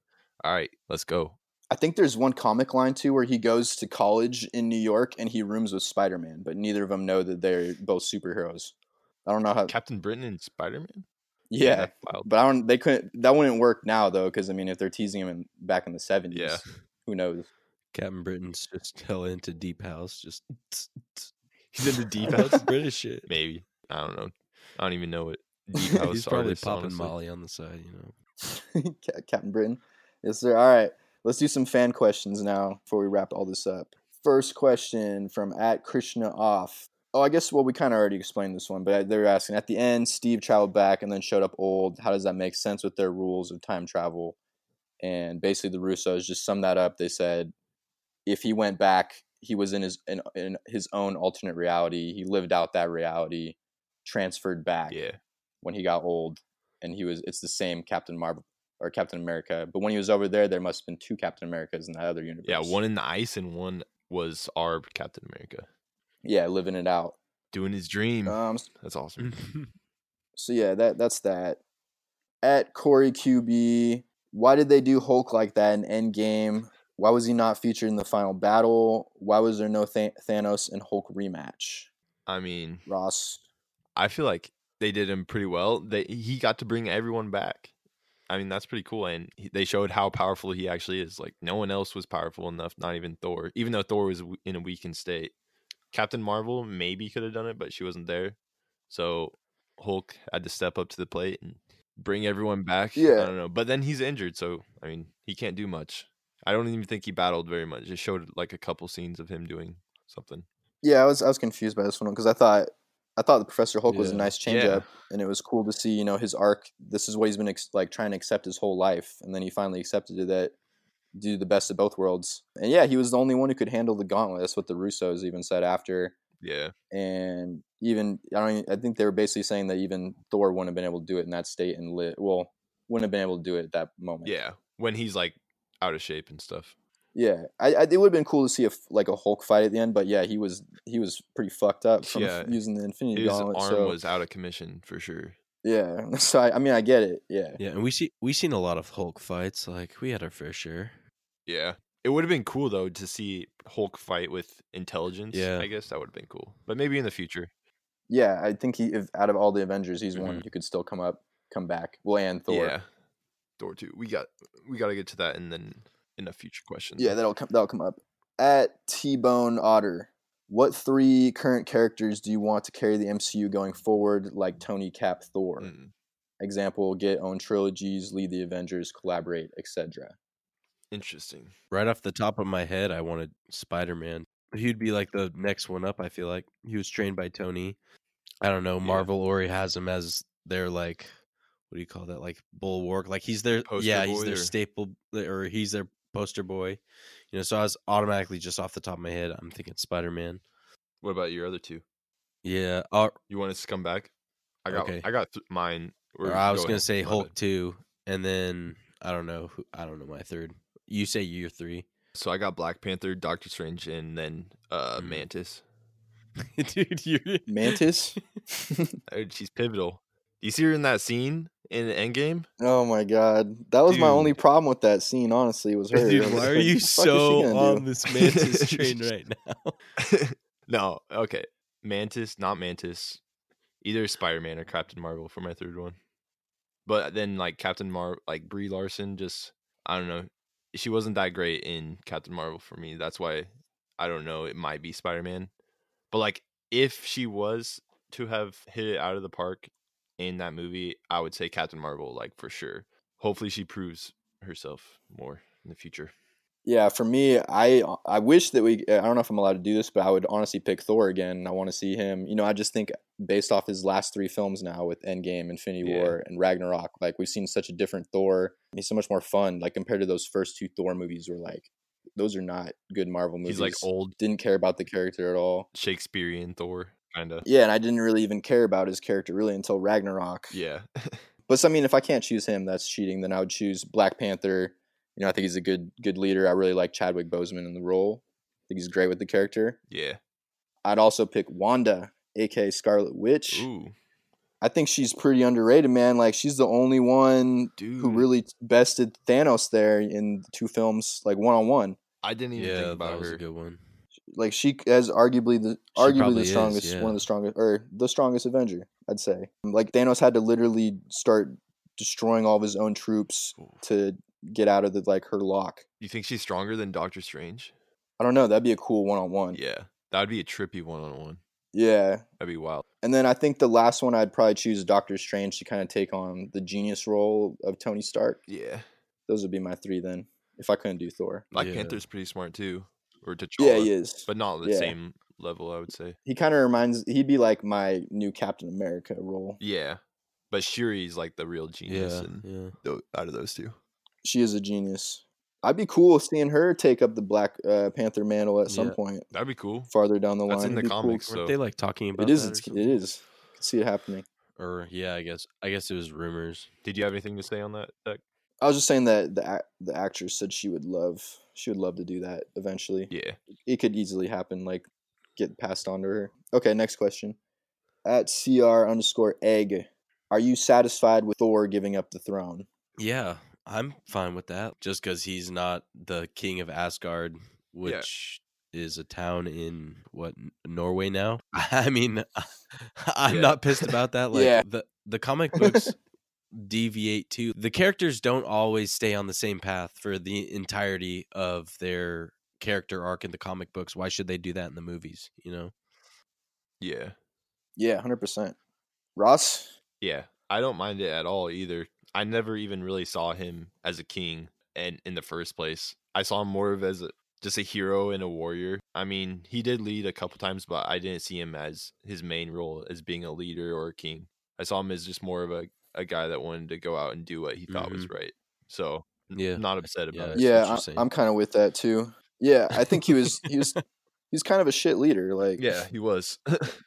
All right, let's go. I think there's one comic line too where he goes to college in New York and he rooms with Spider Man, but neither of them know that they're both superheroes. I don't know how. Captain Britain and Spider Man? Uh yeah, That's wild. but I don't. They couldn't. That wouldn't work now though, because I mean, if they're teasing him in, back in the seventies, Yeah. who knows? Captain Britain's just hell into deep house, just He's in the deep house. that's British shit. Maybe. I don't know. I don't even know what deep house He's probably artists, popping honestly. Molly on the side, you know. Ca- Captain Britain, yes sir. All right, let's do some fan questions now before we wrap all this up. First question from at Krishna off. Oh, I guess well we kind of already explained this one, but they're asking at the end. Steve traveled back and then showed up old. How does that make sense with their rules of time travel? and basically the Russos just summed that up. They said if he went back, he was in his in, in his own alternate reality. He lived out that reality, transferred back Yeah. when he got old, and he was it's the same Captain Marvel or Captain America. But when he was over there, there must have been two Captain Americas in that other universe. Yeah. One in the ice and one was our Captain America yeah, living it out. doing his dream. Uh, Um, That's awesome. So yeah, that that's that. At Corey QB, why did they do Hulk like that in Endgame? Why was he not featured in the final battle? Why was there no Tha- Thanos and Hulk rematch? I mean, Ross, I feel like they did him pretty well. They he got to bring everyone back. I mean, that's pretty cool. And he, they showed how powerful he actually is. Like no one else was powerful enough, not even Thor. Even though Thor was w- in a weakened state, Captain Marvel maybe could have done it, but she wasn't there. So Hulk had to step up to the plate and bring everyone back. Yeah. I don't know. But then he's injured, so I mean, he can't do much. I don't even think he battled very much. It showed like a couple scenes of him doing something. Yeah, I was I was confused by this one because I thought I thought the Professor Hulk was a Yeah. nice Yeah. changeup, and it was cool to see you know his arc. This is what he's been ex- like trying to accept his whole life, and then he finally accepted it that do the best of both worlds. And yeah, he was the only one who could handle the gauntlet. That's what the Russos even said after, Yeah. and even I don't. Even, I think they were basically saying that even Thor wouldn't have been able to do it in that state and lit. Well, wouldn't have been able to do it at that moment. Yeah. When he's like out of shape and stuff. Yeah, I, I it would have been cool to see a f like a Hulk fight at the end, but yeah, he was he was pretty fucked up from Yeah, using the Infinity His Gauntlet. arm so was out of commission for sure. yeah, so I, I mean I get it. Yeah, Yeah, and we see we seen a lot of Hulk fights. Like we had our fair share. Yeah. It would have been cool though to see Hulk fight with intelligence. Yeah. I guess that would have been cool. But maybe in the future. yeah, I think he if, out of all the Avengers, he's one who could still come up, come back. Well, and Thor. Mm-hmm. Yeah. Thor too. We got we gotta get to that and then in a future question. Yeah, that'll come that'll come up. At T Bone Otter, what three current characters do you want to carry the MCU going forward, like Tony, Cap, Thor? Mm. Example: get own trilogies, lead the Avengers, collaborate, etc. Interesting. Right off the top of my head, I wanted Spider Man. He'd be like the next one up. I feel like he was trained by Tony. I don't know. Yeah. Marvel already has him as their like, what do you call that? Like bulwark. Like he's their Poster yeah, he's boy their or- staple or he's their poster boy. You know, so I was automatically just off the top of my head, I'm thinking Spider Man. What about your other two? Yeah, or, You want us to come back? I got Okay. I got th- mine. or Or I go was gonna ahead. say My Hulk bad. two, and then I don't know. Who, I don't know my third. You say your three, So I got Black Panther, Doctor Strange, and then uh Mm. Mantis. dude. You Mantis? Dude, she's pivotal. Do you see her in that scene in the Endgame? Oh my god, that was my only Dude. problem with that scene. Honestly, was her. I Dude, was why like, are "What you the fuck is she so gonna on do?" this Mantis train right now? no, okay. Mantis, not Mantis. Either Spider Man or Captain Marvel for my third one. But then like Captain Mar like Brie Larson just I don't know. She wasn't that great in Captain Marvel for me. That's why I don't know, it might be Spider Man. But like if she was to have hit it out of the park in that movie, I would say Captain Marvel, like for sure. Hopefully she proves herself more in the future. Yeah, for me, I I wish that we. I don't know if I'm allowed to do this, but I would honestly pick Thor again. I want to see him. You know, I just think based off his last three films now with Endgame, Infinity Yeah. War, and Ragnarok, like we've seen such a different Thor. He's so much more fun. Like compared to those first two Thor movies, were like those are not good Marvel movies. He's like old Didn't care about the character at all. Shakespearean Thor, kinda. Yeah, and I didn't really even care about his character really until Ragnarok. Yeah. But so, I mean, if I can't choose him, that's cheating. Then I would choose Black Panther. You know, I think he's a good good leader. I really like Chadwick Boseman in the role. I think he's great with the character. Yeah. I'd also pick Wanda, aka Scarlet Witch. Ooh, I think she's pretty underrated, man. Like she's the only one dude. who really bested Thanos there in the two films, like one on one. I didn't even think Yeah, that about was her. a good one. Like she has arguably the She arguably probably the is, strongest, one yeah. of the strongest, or the strongest Avenger, I'd say. Like Thanos had to literally start destroying all of his own troops Ooh. to get out of the like her lock. You think she's stronger than Doctor Strange? I don't know. That'd be a cool one on one. Yeah, that would be a trippy one-on-one. Yeah. That'd be wild. And then I think the last one I'd probably choose Doctor Strange to kind of take on the genius role of Tony Stark. Yeah, Those would be my three then, if I couldn't do Thor. Black Yeah. Panther's pretty smart too, or T'Challa. Yeah, he is. but not the Yeah. same level, I would say. He kind of reminds. He'd be like my new Captain America role. Yeah, but Shuri's like the real genius Yeah, in yeah. tho- out of those two. She is a genius. I'd be cool seeing her take up the Black uh, Panther mantle at some Yeah. point That'd be cool. farther down the That's line. in the It'd be cool. comics. Weren't So- they like talking about It is. that or It's, it something? is. I can see it happening. Or yeah, I guess I guess it was rumors. Did you have anything to say on that? Zach? I was just saying that the ac- the actress said she would love she would love to do that eventually. Yeah. it could easily happen, like get passed on to her. Okay, next question. At CR underscore egg, are you satisfied with Thor giving up the throne? Yeah, I'm fine with that. Just because he's not the king of Asgard, which is a town in what N- Norway now. I mean, I'm Yeah. not pissed about that. Like Yeah. the the comic books deviate too. The characters don't always stay on the same path for the entirety of their character arc in the comic books. Why should they do that in the movies? You know. Yeah. Yeah, hundred percent. Ross? Yeah, I don't mind it at all either. I never even really saw him as a king. and in the first place. I saw him more of as a, just a hero and a warrior. I mean, he did lead a couple times, but I didn't see him as his main role as being a leader or a king. I saw him as just more of a, a guy that wanted to go out and do what he thought was right. So Mm-hmm. Yeah. I'm not upset about it. Yeah. That's what you're yeah, saying. I, am kind of with that too. Yeah, I think he was he was he's kind of a shit leader. Like Yeah, he was.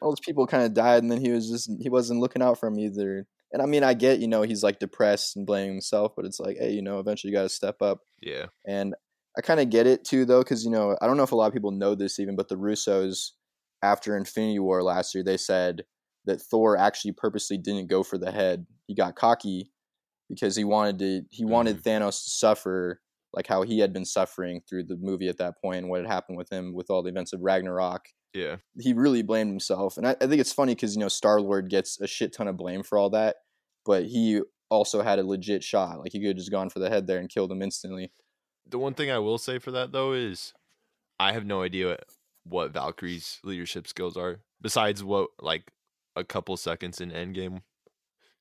all those people kind of died, and then he was just he wasn't looking out for him either. And I mean, I get you know he's like depressed and blaming himself, but it's like hey, you know, eventually you got to step up. yeah. And I kind of get it too, though, because you know I don't know if a lot of people know this even, but the Russos after Infinity War last year they said that Thor actually purposely didn't go for the head. He got cocky because he wanted to he wanted Thanos to suffer like how he had been suffering through the movie at that point and what had happened with him with all the events of Ragnarok Yeah. he really blamed himself. And I, I think it's funny because, you know, Star Lord gets a shit ton of blame for all that, but he also had a legit shot. Like, he could have just gone for the head there and killed him instantly. The one thing I will say for that though is I have no idea what, what Valkyrie's leadership skills are besides what like a couple seconds in Endgame.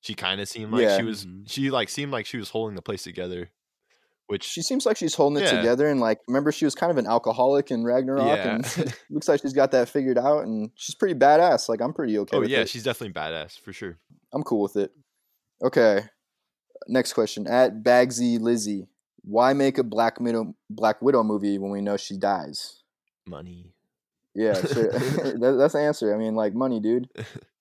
She kind of seemed like Yeah. she was Mhm. she like seemed like she was holding the place together, which She seems like she's holding it Yeah. together. And, like, remember, she was kind of an alcoholic in Ragnarok, yeah. and looks like she's got that figured out. And she's pretty badass. Like, I'm pretty okay oh with yeah, it. she's definitely badass for sure. I'm cool with it. Okay. Next question. At Bagsy Lizzie, why make a Black Widow, Black Widow movie when we know she dies? Money. Yeah, sure. that, that's the answer. I mean, like money, dude.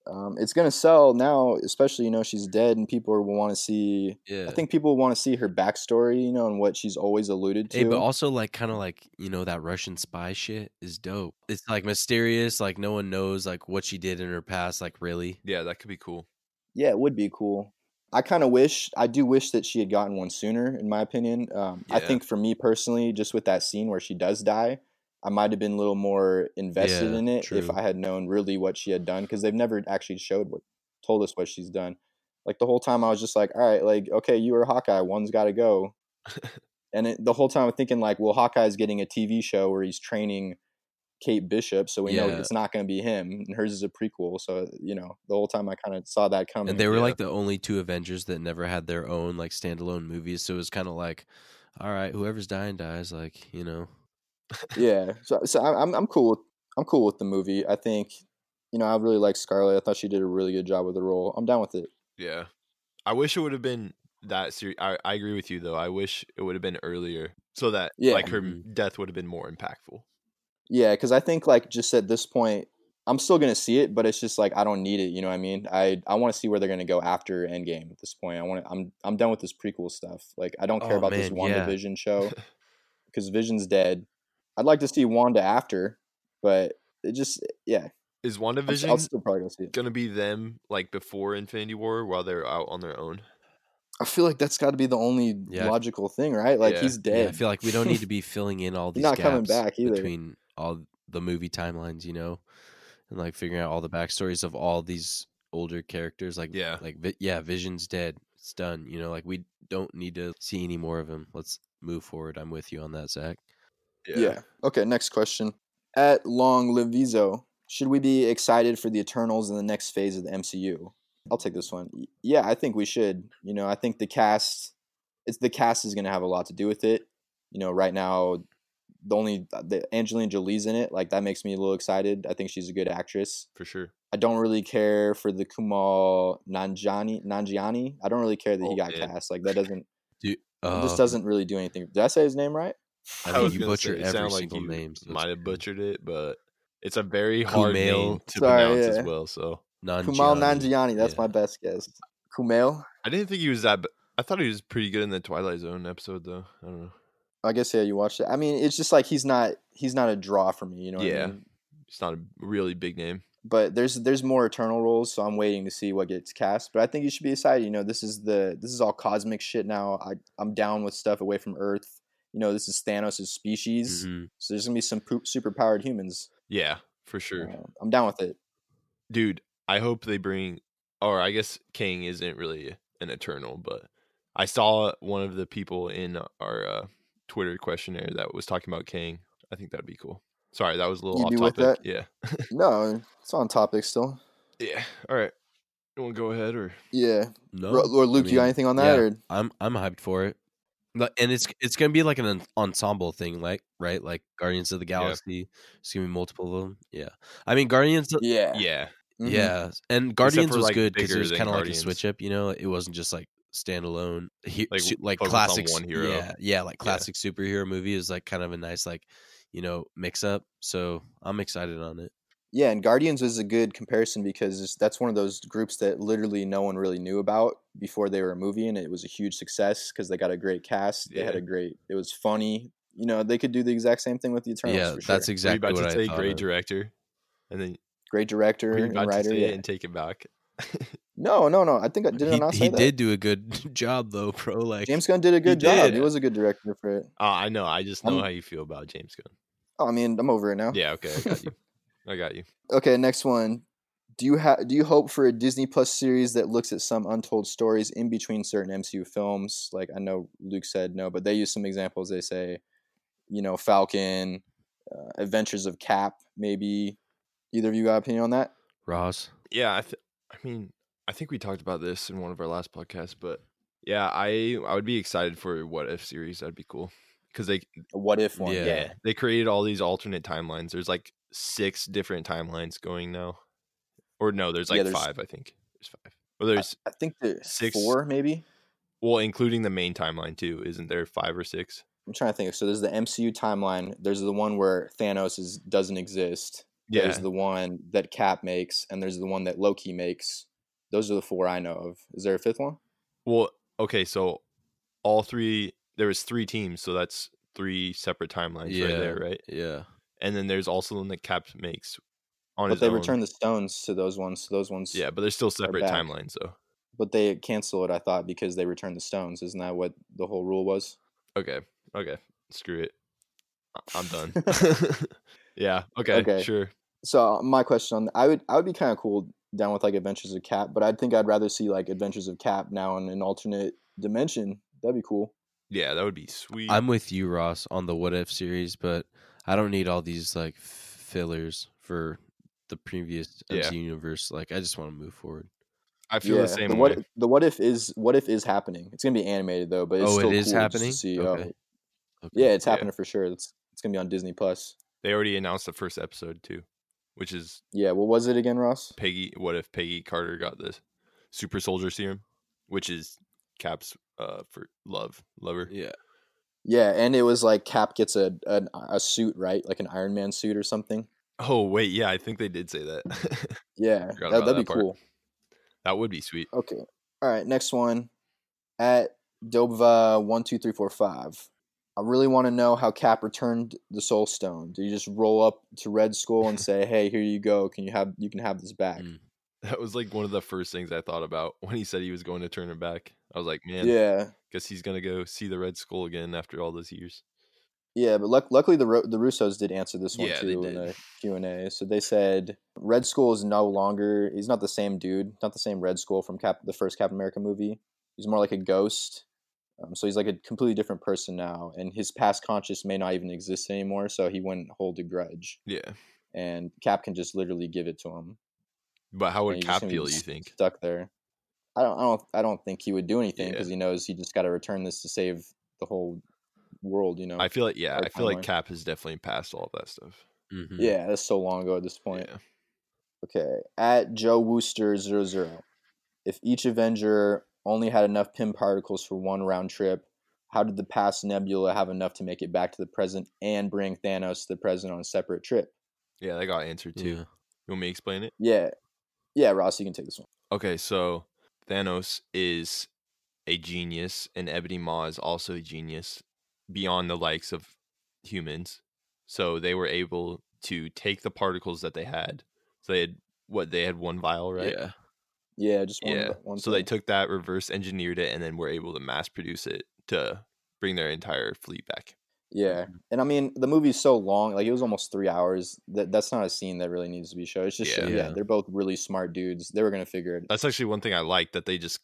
Um, it's gonna sell now, especially you know she's dead, and people will want to see. Yeah. I think people want to see her backstory, you know, and what she's always alluded to. Hey, but also like kind of like you know that Russian spy shit is dope. It's like mysterious, like no one knows like what she did in her past. Like really, Yeah, that could be cool. yeah, it would be cool. I kind of wish. I do wish that she had gotten one sooner, in my opinion. Um, I Yeah. think for me personally, just with that scene where she does die, I might have been a little more invested Yeah, in it if true. I had known really what she had done, because they've never actually showed what, told us what she's done. Like the whole time, I was just like, all right, like okay, you were Hawkeye, one's got to go. and it, the whole time, I'm thinking like, well, Hawkeye's getting a TV show where he's training Kate Bishop, so we know Yeah. it's not going to be him, and hers is a prequel. So you know, the whole time I kind of saw that coming. and they were yeah. like the only two Avengers that never had their own like standalone movies. So it was kind of like, all right, whoever's dying dies. Like you know, yeah so, so I- I'm, I'm cool with i'm cool with the movie i think you know i really like scarlett i thought she did a really good job with the role i'm down with it Yeah. I wish it would have been that serious. I, I agree with you though. I wish it would have been earlier so that Yeah. like her Mhm. death would have been more impactful. yeah because i think like just at this point i'm still gonna see it but it's just like i don't need it you know what i mean i i want to see where they're gonna go after endgame at this point i want to i'm i'm done with this prequel stuff like i don't care Oh, about this man, yeah. wanda vision show because vision's dead i'd like to see wanda after but it just yeah Is I'm s- i'll WandaVision still probably go see it gonna be them like before Infinity War while they're out on their own? i feel like that's got to be the only Yeah. logical thing right like Yeah. he's Yeah, dead I feel like we don't need to be filling in all these not gaps coming back either. between all the movie timelines, you know, and like figuring out all the backstories of all these older characters. Like Yeah. like Vi- yeah, Vision's dead. It's done. You know, like we don't need to see any more of him. Let's move forward. I'm with you on that, Zach. Yeah. Okay, next question. At Long Levizo, should we be excited for the Eternals in the next phase of the MCU? I'll take this one. Y- Yeah, I think we should. You know, I think the cast it's the cast is going to have a lot to do with it. You know, right now the only the Angelina Jolie's in it, like that makes me a little excited. I think she's a good actress. for sure. I don't really care for the Kumal Nanjiani. Nanjiani. I don't really care that he Oh, got man. cast. Like that doesn't Dude, it uh, just doesn't really do anything. Did I say his name right? I I mean, was you gonna butcher say, it every sound like single you name. so it's Might have cool. butchered it, but it's a very hard name Kumail. to Sorry, pronounce yeah. as well. So Kumal Nanjiani. Nanjiani. That's yeah. my best guess. Kumail. I didn't think he was that. b I I thought he was pretty good in the Twilight Zone episode though. I don't know. I guess yeah, you watched it. I mean, it's just like he's not he's not a draw for me. You know. What yeah, I mean? it's not a really big name. But there's there's more Eternal roles, so I'm waiting to see what gets cast. But I think you should be excited. You know, this is the this is all cosmic shit now. I I'm down with stuff away from Earth. You know, this is Thanos' species. Mhm. So there's gonna be some poop super powered humans. Yeah, for sure, Uh, I'm down with it. dude. I hope they bring. Or I guess King isn't really an eternal, but I saw one of the people in our uh, Twitter questionnaire that was talking about King. I think that'd be cool. Sorry, that was a little You'd off be with topic. that? Yeah. No, it's on topic still. Yeah. All right. You want to go ahead or? Yeah. No, Ro- or Luke, I you got mean, anything on that? yeah. Or I'm I'm hyped for it. Like, And it's it's gonna be like an en- ensemble thing, like right, like Guardians of the Galaxy. It's gonna be multiple of them. Yeah, I mean Guardians. Yeah. Yeah. Mhm. Yeah, and Guardians Mm-hmm. for, was like, good because it bigger was than kind of like a Guardians. switch up. You know, it wasn't just like standalone, he, Like, like, like focus on classic one hero. Yeah, yeah, like Yeah. classic superhero movie is like kind of a nice like you know mix up. So I'm excited on it. Yeah, and Guardians was a good comparison because it's- that's one of those groups that literally no one really knew about before they were a movie, and it was a huge success because they got a great cast. They had Yeah. a great. It was funny. You know, they could do the exact same thing with the Eternals. yeah, for sure. that's exactly were you what about to I say thought. great of. director, and then great director were you and about to writer. say Yeah. it and take it back. No, no, no. I think I did I he not say he that. did do a good job though, bro. Like James Gunn did a good job. did. He was a good director for it. Oh, I know. I just know I'm- how you feel about James Gunn. Oh, I mean, I'm over it now. Yeah. Okay. I got you. I got you. Okay, next one. Do you have do you hope for a Disney Plus series that looks at some untold stories in between certain MCU films? Like I know Luke said no, but they use some examples. They say, you know, Falcon, uh, Adventures of Cap, maybe. Either of you got opinion on that? Ross. yeah, I, th- I mean, I think we talked about this in one of our last podcasts, but yeah, I I would be excited for a what if series. That'd be cool because they A what if one? Yeah. they created all these alternate timelines. There's like six different timelines going now, or no, there's like Yeah, there's- five. I think there's five. Well, there's I think there's Six- four, maybe. well, including the main timeline too. Isn't there five or six? I'm trying to think. So there's the MCU timeline. There's the one where Thanos is, doesn't exist. There's Yeah. the one that Cap makes, and there's the one that Loki makes. Those are the four I know of. Is there a fifth one? Well, okay, so all three there was three teams, so that's three separate timelines right Yeah. there, right? Yeah. And then there's also one that Cap makes on But his they own. return the stones to those ones. So those ones. Yeah, but they're still separate back. timelines though. But they cancel it, I thought, because they returned the stones. Isn't that what the whole rule was? Okay. Okay. Screw it. I- I'm done. yeah. Okay, Okay. Sure. So my question on I would I would be kind of cool down with like Adventures of Cap, but I would think I'd rather see like Adventures of Cap now in an alternate dimension. That'd be cool. Yeah, that would be sweet. I'm with you, Ross, on the what if series, but I don't need all these like fillers for the previous Yeah. MCU universe. Like, I just want to move forward. I feel the same what way. the what if is what if is happening. It's gonna be animated though, but it's oh, still it is cool just to happening. see, oh, okay. okay. yeah, it's Yeah. happening for sure. It's it's gonna be on Disney Plus. They already announced the first episode too, which is Yeah, what was it again, Ross? Peggy what if Peggy Carter got the super soldier serum, which is Cap's uh for love lover. yeah. Yeah, and it was like Cap gets a an, a suit, right? Like an Iron Man suit or something. Oh wait, yeah, I think they did say that. Forgot Yeah, that, about that'd that be part. cool. that would be sweet. Okay, all right, next one at Dobva one two three four five. I really want to know how Cap returned the Soul Stone. Do you just roll up to Red Skull and say, "Hey, here you go. Can you have you can have this back?" Mm. That was like one of the first things I thought about when he said he was going to turn it back. I was like, man, Yeah. guess he's gonna go see the Red Skull again after all those years. Yeah, but luck- luckily the Ru- the Russos did answer this one Yeah, they too in did. the Q and A. So they said Red Skull is no longer he's not the same dude, not the same Red Skull from Cap the first Captain America movie. He's more like a ghost. Um, so he's like a completely different person now, and his past conscious may not even exist anymore. So he wouldn't hold a grudge, Yeah, and Cap can just literally give it to him. but how and would he's Cap just gonna be feel? You st- think? stuck there? I don't, I don't, I don't think he would do anything Yeah. because he knows he just got to return this to save the whole world. You know, I feel like yeah, Or I feel like timeline. Cap has definitely passed all of that stuff. Mhm. yeah, that's so long ago at this point. Mm-hmm. Yeah, Okay. At Joe Wooster 00. If each Avenger only had enough pin particles for one round trip, how did the past Nebula have enough to make it back to the present and bring Thanos to the present on a separate trip? yeah, that got answered too. Yeah. You want me to explain it? Yeah. Yeah, Ross, you can take this one. Okay, so Thanos is a genius, and Ebony Maw is also a genius beyond the likes of humans. So they were able to take the particles that they had. So they had what they had one vial, right? Yeah. Yeah, just one. yeah. one so they thing. took that, reverse engineered it, and then were able to mass produce it to bring their entire fleet back. Yeah. Mm-hmm. And I mean, the movie's so long, like it was almost three hours. That That's not a scene that really needs to be shown. It's just, yeah, Yeah. yeah Yeah. they're both really smart dudes. They were going to figure it That's actually one thing I like that they just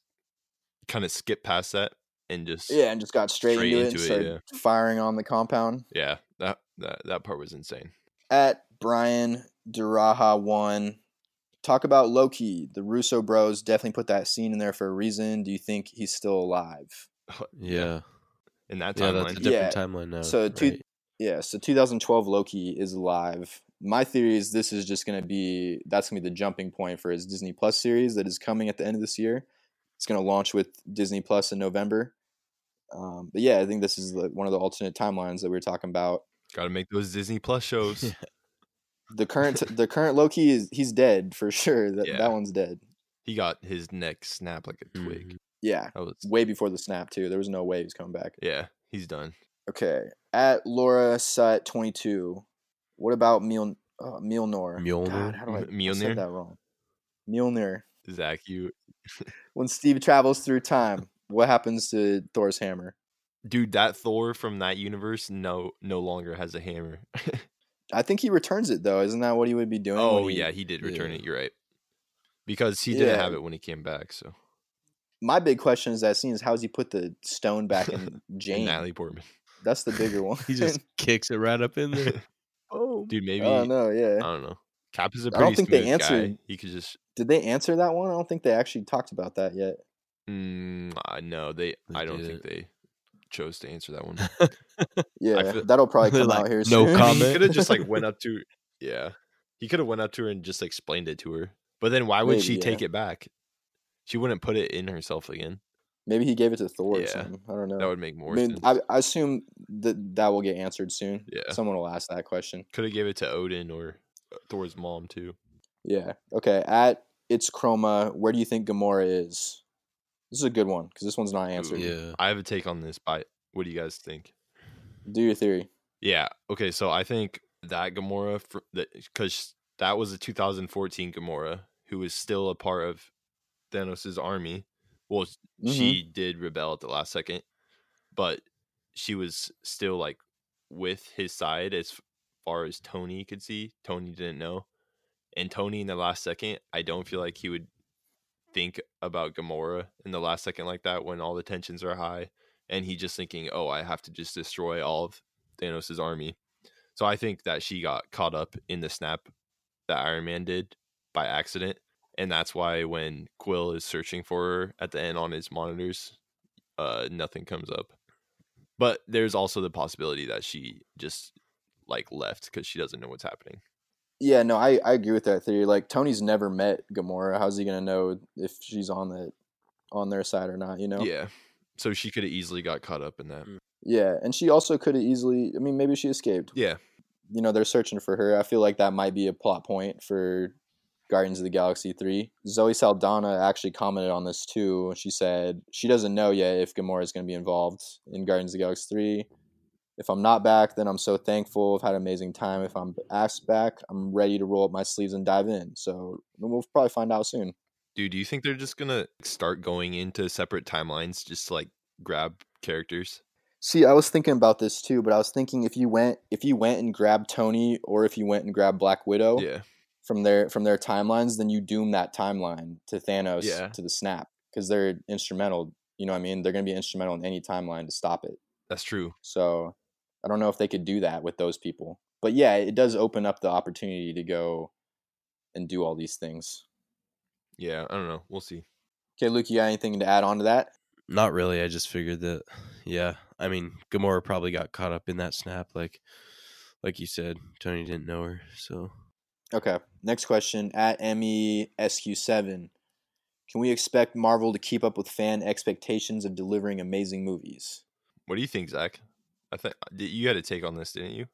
kind of skip past that and just Yeah, and just got straight, Straight into, it and into it, started firing on the compound. yeah that that that part was insane. at Brian Duraha one. Talk about Loki. The Russo bros definitely put that scene in there for a reason. Do you think he's still alive? Yeah. in that Yeah, that's a timeline. diff- different Yeah. timeline now. So two- right. Yeah, so 2012 Loki is live. My theory is this is just going to be that's going to be the jumping point for his Disney Plus series that is coming at the end of this year. It's going to launch with Disney Plus in November. Um, but yeah, I think this is like one of the alternate timelines that we were talking about. Got to make those Disney Plus shows. Yeah. The current the current Loki is he's dead for sure. That Yeah. that one's dead. He got his neck snapped like a twig. Mhm. Yeah, That was way before the snap too. There was no way he was coming back. yeah. He's done. Okay, at Laura Sut 22. What about Mjoln, uh, Mjolnir? Mjolnir? God, how do I, I Mjolnir? said that wrong? Mjolnir. Zach, you When Steve travels through time, what happens to Thor's hammer? dude, that Thor from that universe no no longer has a hammer. I think he returns it though. Isn't that what he would be doing? when oh he- yeah, he did return yeah. it. You're right. Because he didn't Yeah. have it when he came back. So My big question is that scene is how does he put the stone back in and Jane? Natalie Portman, That's the bigger one. He just kicks it right up in there. oh, dude, maybe Uh oh no, yeah. I don't know. Cap is a don't pretty think smooth they answered- guy. He could just Did they answer that one? I don't think they actually talked about that yet. mm, uh, no. They, They I don't didn't. think they chose to answer that one. Yeah, feel- that'll probably They're come out like, here "No I soon. mean, he comment. could have just like went up to yeah. He could have went up to her and just explained it to her. But then why would Maybe, she yeah. take it back? She wouldn't put it in herself again. Maybe he gave it to Thor or Yeah. something. I don't know. That would make more I, mean, sense. I, I assume that that will get answered soon. Yeah. Someone will ask that question. Could have gave it to Odin or uh, Thor's mom too. Yeah. Okay. At it's Chroma, where do you think Gamora is? This is a good one because this one's not answered. yeah. I have a take on this, but what do you guys think? Do your theory. Yeah. Okay. So I think that Gamora, fr- that because that was a 2014 Gamora who was still a part of Thanos' army. Well, s- Mhm. she did rebel at the last second, but she was still like with his side as far as Tony could see. Tony didn't know. And Tony in the last second, I don't feel like he would think about Gamora in the last second like that when all the tensions are high and he just thinking, "Oh, I have to just destroy all of Thanos' army." So I think that she got caught up in the snap that Iron Man did by accident, and that's why when Quill is searching for her at the end on his monitors, uh, nothing comes up. But there's also the possibility that she just like left because she doesn't know what's happening. Yeah. No, I, I agree with that theory. Like Tony's never met Gamora. How's he gonna know if she's on the on their side or not? You know. Yeah, so she could have easily got caught up in that. Yeah. And she also could have easily. I mean, maybe she escaped. Yeah, You know, they're searching for her. I feel like that might be a plot point for Guardians of the Galaxy 3. Zoe Saldana actually commented on this too. She said she doesn't know yet if Gamora is going to be involved in Guardians of the Galaxy 3. If I'm not back, then I'm so thankful. I've had an amazing time. If I'm asked back, I'm ready to roll up my sleeves and dive in. So we'll probably find out soon. dude, do you think they're just gonna start going into separate timelines just to, like grab characters? See, I was thinking about this too, but I was thinking if you went if you went and grabbed Tony or if you went and grabbed Black Widow Yeah, from their from their timelines, then you doom that timeline to Thanos Yeah. to the snap because they're instrumental. You know what I mean? They're going to be instrumental in any timeline to stop it. that's true. So I don't know if they could do that with those people, but yeah, it does open up the opportunity to go and do all these things. Yeah, I don't know. We'll see. Okay, Luke, you got anything to add on to that? Not really. I just figured that. Yeah, I mean, Gamora probably got caught up in that snap, like, like you said, Tony didn't know her. So Okay. Next question at E me sq 7 Can we expect Marvel to keep up with fan expectations of delivering amazing movies? What do you think, Zach? I think you had a take on this, didn't you?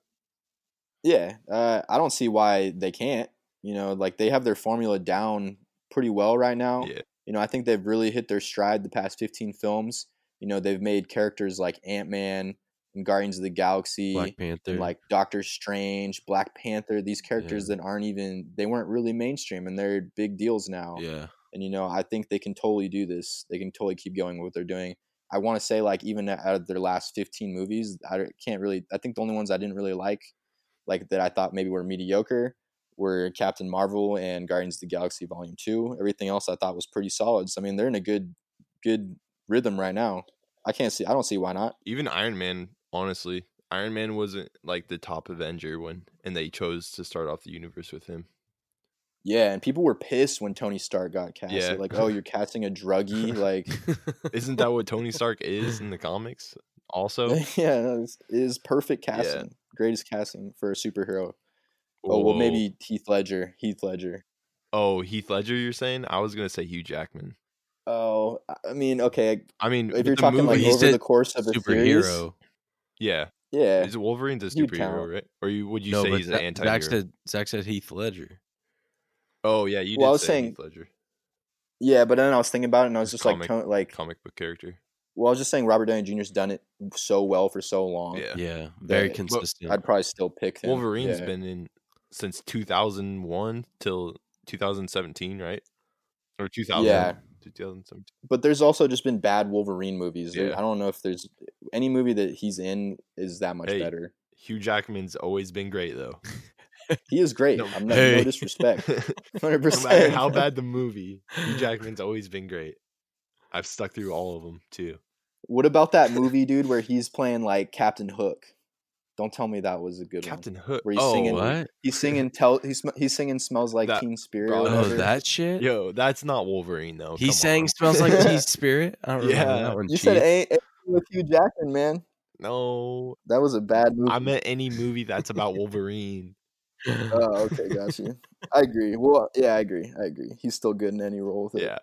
Yeah, uh, I don't see why they can't. You know, like they have their formula down pretty well right now. Yeah. You know, I think they've really hit their stride the past 15 films. You know, they've made characters like Ant Man and Guardians of the Galaxy, Black Panther, and like Doctor Strange, Black Panther, these characters that aren't even, they weren't really mainstream and they're big deals now. yeah, And you know, I think they can totally do this. They can totally keep going with what they're doing. I want to say like even out of their last 15 movies, I don't- can't really. I think the only ones I didn't really like, like that I thought maybe were mediocre, were Captain Marvel and Guardians of the Galaxy Volume Two. Everything else I thought was pretty solid. So I mean, they're in a good, good rhythm right now. I can't see. I don't see why not. Even Iron Man, honestly, Iron Man wasn't like the top Avenger when, and they chose to start off the universe with him. Yeah, and people were pissed when Tony Stark got cast. They're Yeah. Like, oh, you're casting a druggie. Like, Isn't that what Tony Stark is in the comics? also. yeah, no, it's, it is perfect Yeah. casting, greatest casting for a superhero. Oh well, Whoa. maybe Heath Ledger. Heath Ledger. Oh, Heath Ledger, you're saying? I was gonna say Hugh Jackman. Oh, I- I mean, okay. I mean, If with you're the talking movie, like he over the said course of a series, Superhero. yeah, yeah, is Wolverine's a You'd count. superhero, right? Or you would you no, say but he's an Zach- anti? Zach said Zach said Heath Ledger. oh yeah, you. did Well, I was say saying Heath Ledger, yeah. But then I was thinking about it, and I was Just just like, comic- co- like, comic book character. well, I was just saying Robert Downey Jr.'s done it so well for so long. Yeah, Yeah, very But- consistent. I'd probably still pick him. Wolverine's yeah. been in since 2001 till 2017, right? Or 2000. Yeah. 2017. but there's also just been bad Wolverine movies. There- Yeah. I don't know if there's any movie that he's in is that much Hey. better. Hugh Jackman's always been great though. He is great. No. I'm not, no Hey. disrespect. no 100. matter percent how bad the movie, Hugh Jackman's always been great. I've stuck through all of them too. What about that movie, dude, where he's playing like Captain Hook? Don't tell me that was a good one. Captain Hook. Where he's oh, singing- what? He's singing tell he's sm- he's singing smells like That- Teen Spirit. bro, or Oh, whatever. that shit. yo, that's not Wolverine though. he come sang on. "Smells Like Teen Spirit." I don't remember Yeah. that one. you said Chief. ain't ain't with Hugh Jackman, man. No, That was a bad movie. I meant any movie that's about Wolverine. oh, okay, got you. I agree. Well, yeah, I agree. I agree. He's still good in any role with it. yeah,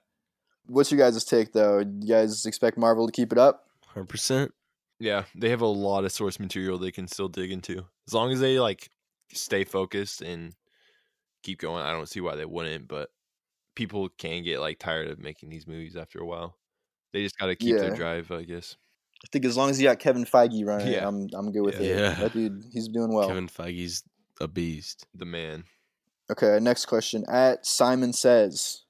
What's your guys' take though? You guys expect Marvel to keep it up? Hundred percent. yeah, they have a lot of source material they can still dig into as long as they like stay focused and keep going. I don't see why they wouldn't, but people can get like tired of making these movies after a while. They just got to keep their Yeah. drive, I guess. I think as long as you got Kevin Feige running, it, Yeah. I'm I'm good with it. Yeah. That dude, he's doing well. Kevin Feige's a beast. The man. Okay, next question. At Simon says,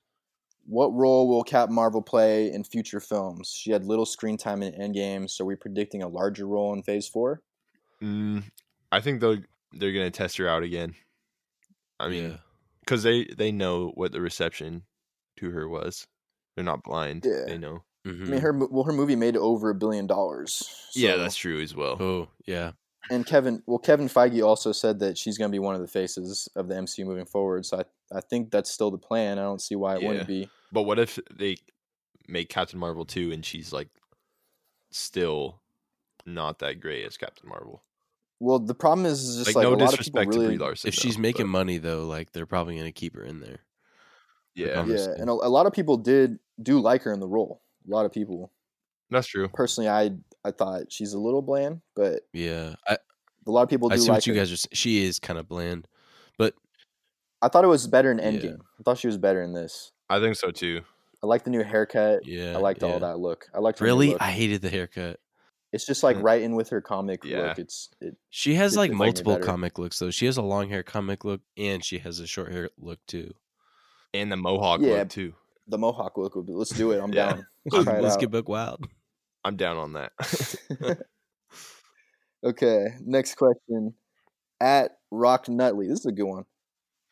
what role will Cap Marvel play in future films? She had little screen time in Endgame, so we're predicting a larger role in Phase Four. Mm, I think they're they're gonna test her out again. I mean, Yeah. because they they know what the reception to her was. They're not blind. Yeah. They know. I mean, Mhm. her mo- well, her movie made over a billion dollars. Hmm. yeah, so- that's true as well. Oh yeah, And Kevin, well, Kevin Feige also said that she's going to be one of the faces of the MCU moving forward. So I, I think that's still the plan. I don't see why it Yeah. wouldn't be. But what if they make Captain Marvel two and she's like still not that great as Captain Marvel? Well, the problem is, is just Like, like, no a lot of people disrespect to really Brie Larson. if she's though, making but- money though, like they're probably gonna keep her in there. yeah, um, yeah, Honestly. and a, a lot of people did do like her in the role. A lot of people. that's true. Personally, I I thought she's a little bland, but Yeah, I, a lot of people do I see like what you her. guys are. s- She is kind of bland, but I thought it was better in Yeah. Endgame. I thought she was better in this. I think so too. I like the new haircut. yeah, I liked yeah. all that look. I liked her new Really, look. I hated the haircut. It's just like Mm. right in with her comic Yeah. look. It's it, She has It- it's like like me multiple better. comic looks though. She has a long hair comic look and she has a short hair look too. And the Mohawk Yeah. look too. the mohawk look. would be- Let's do it. I'm Yeah. down. Let's try it Let's out. get book wild. I'm down on that. Okay, next question. At Rock Nutley, this is a good one.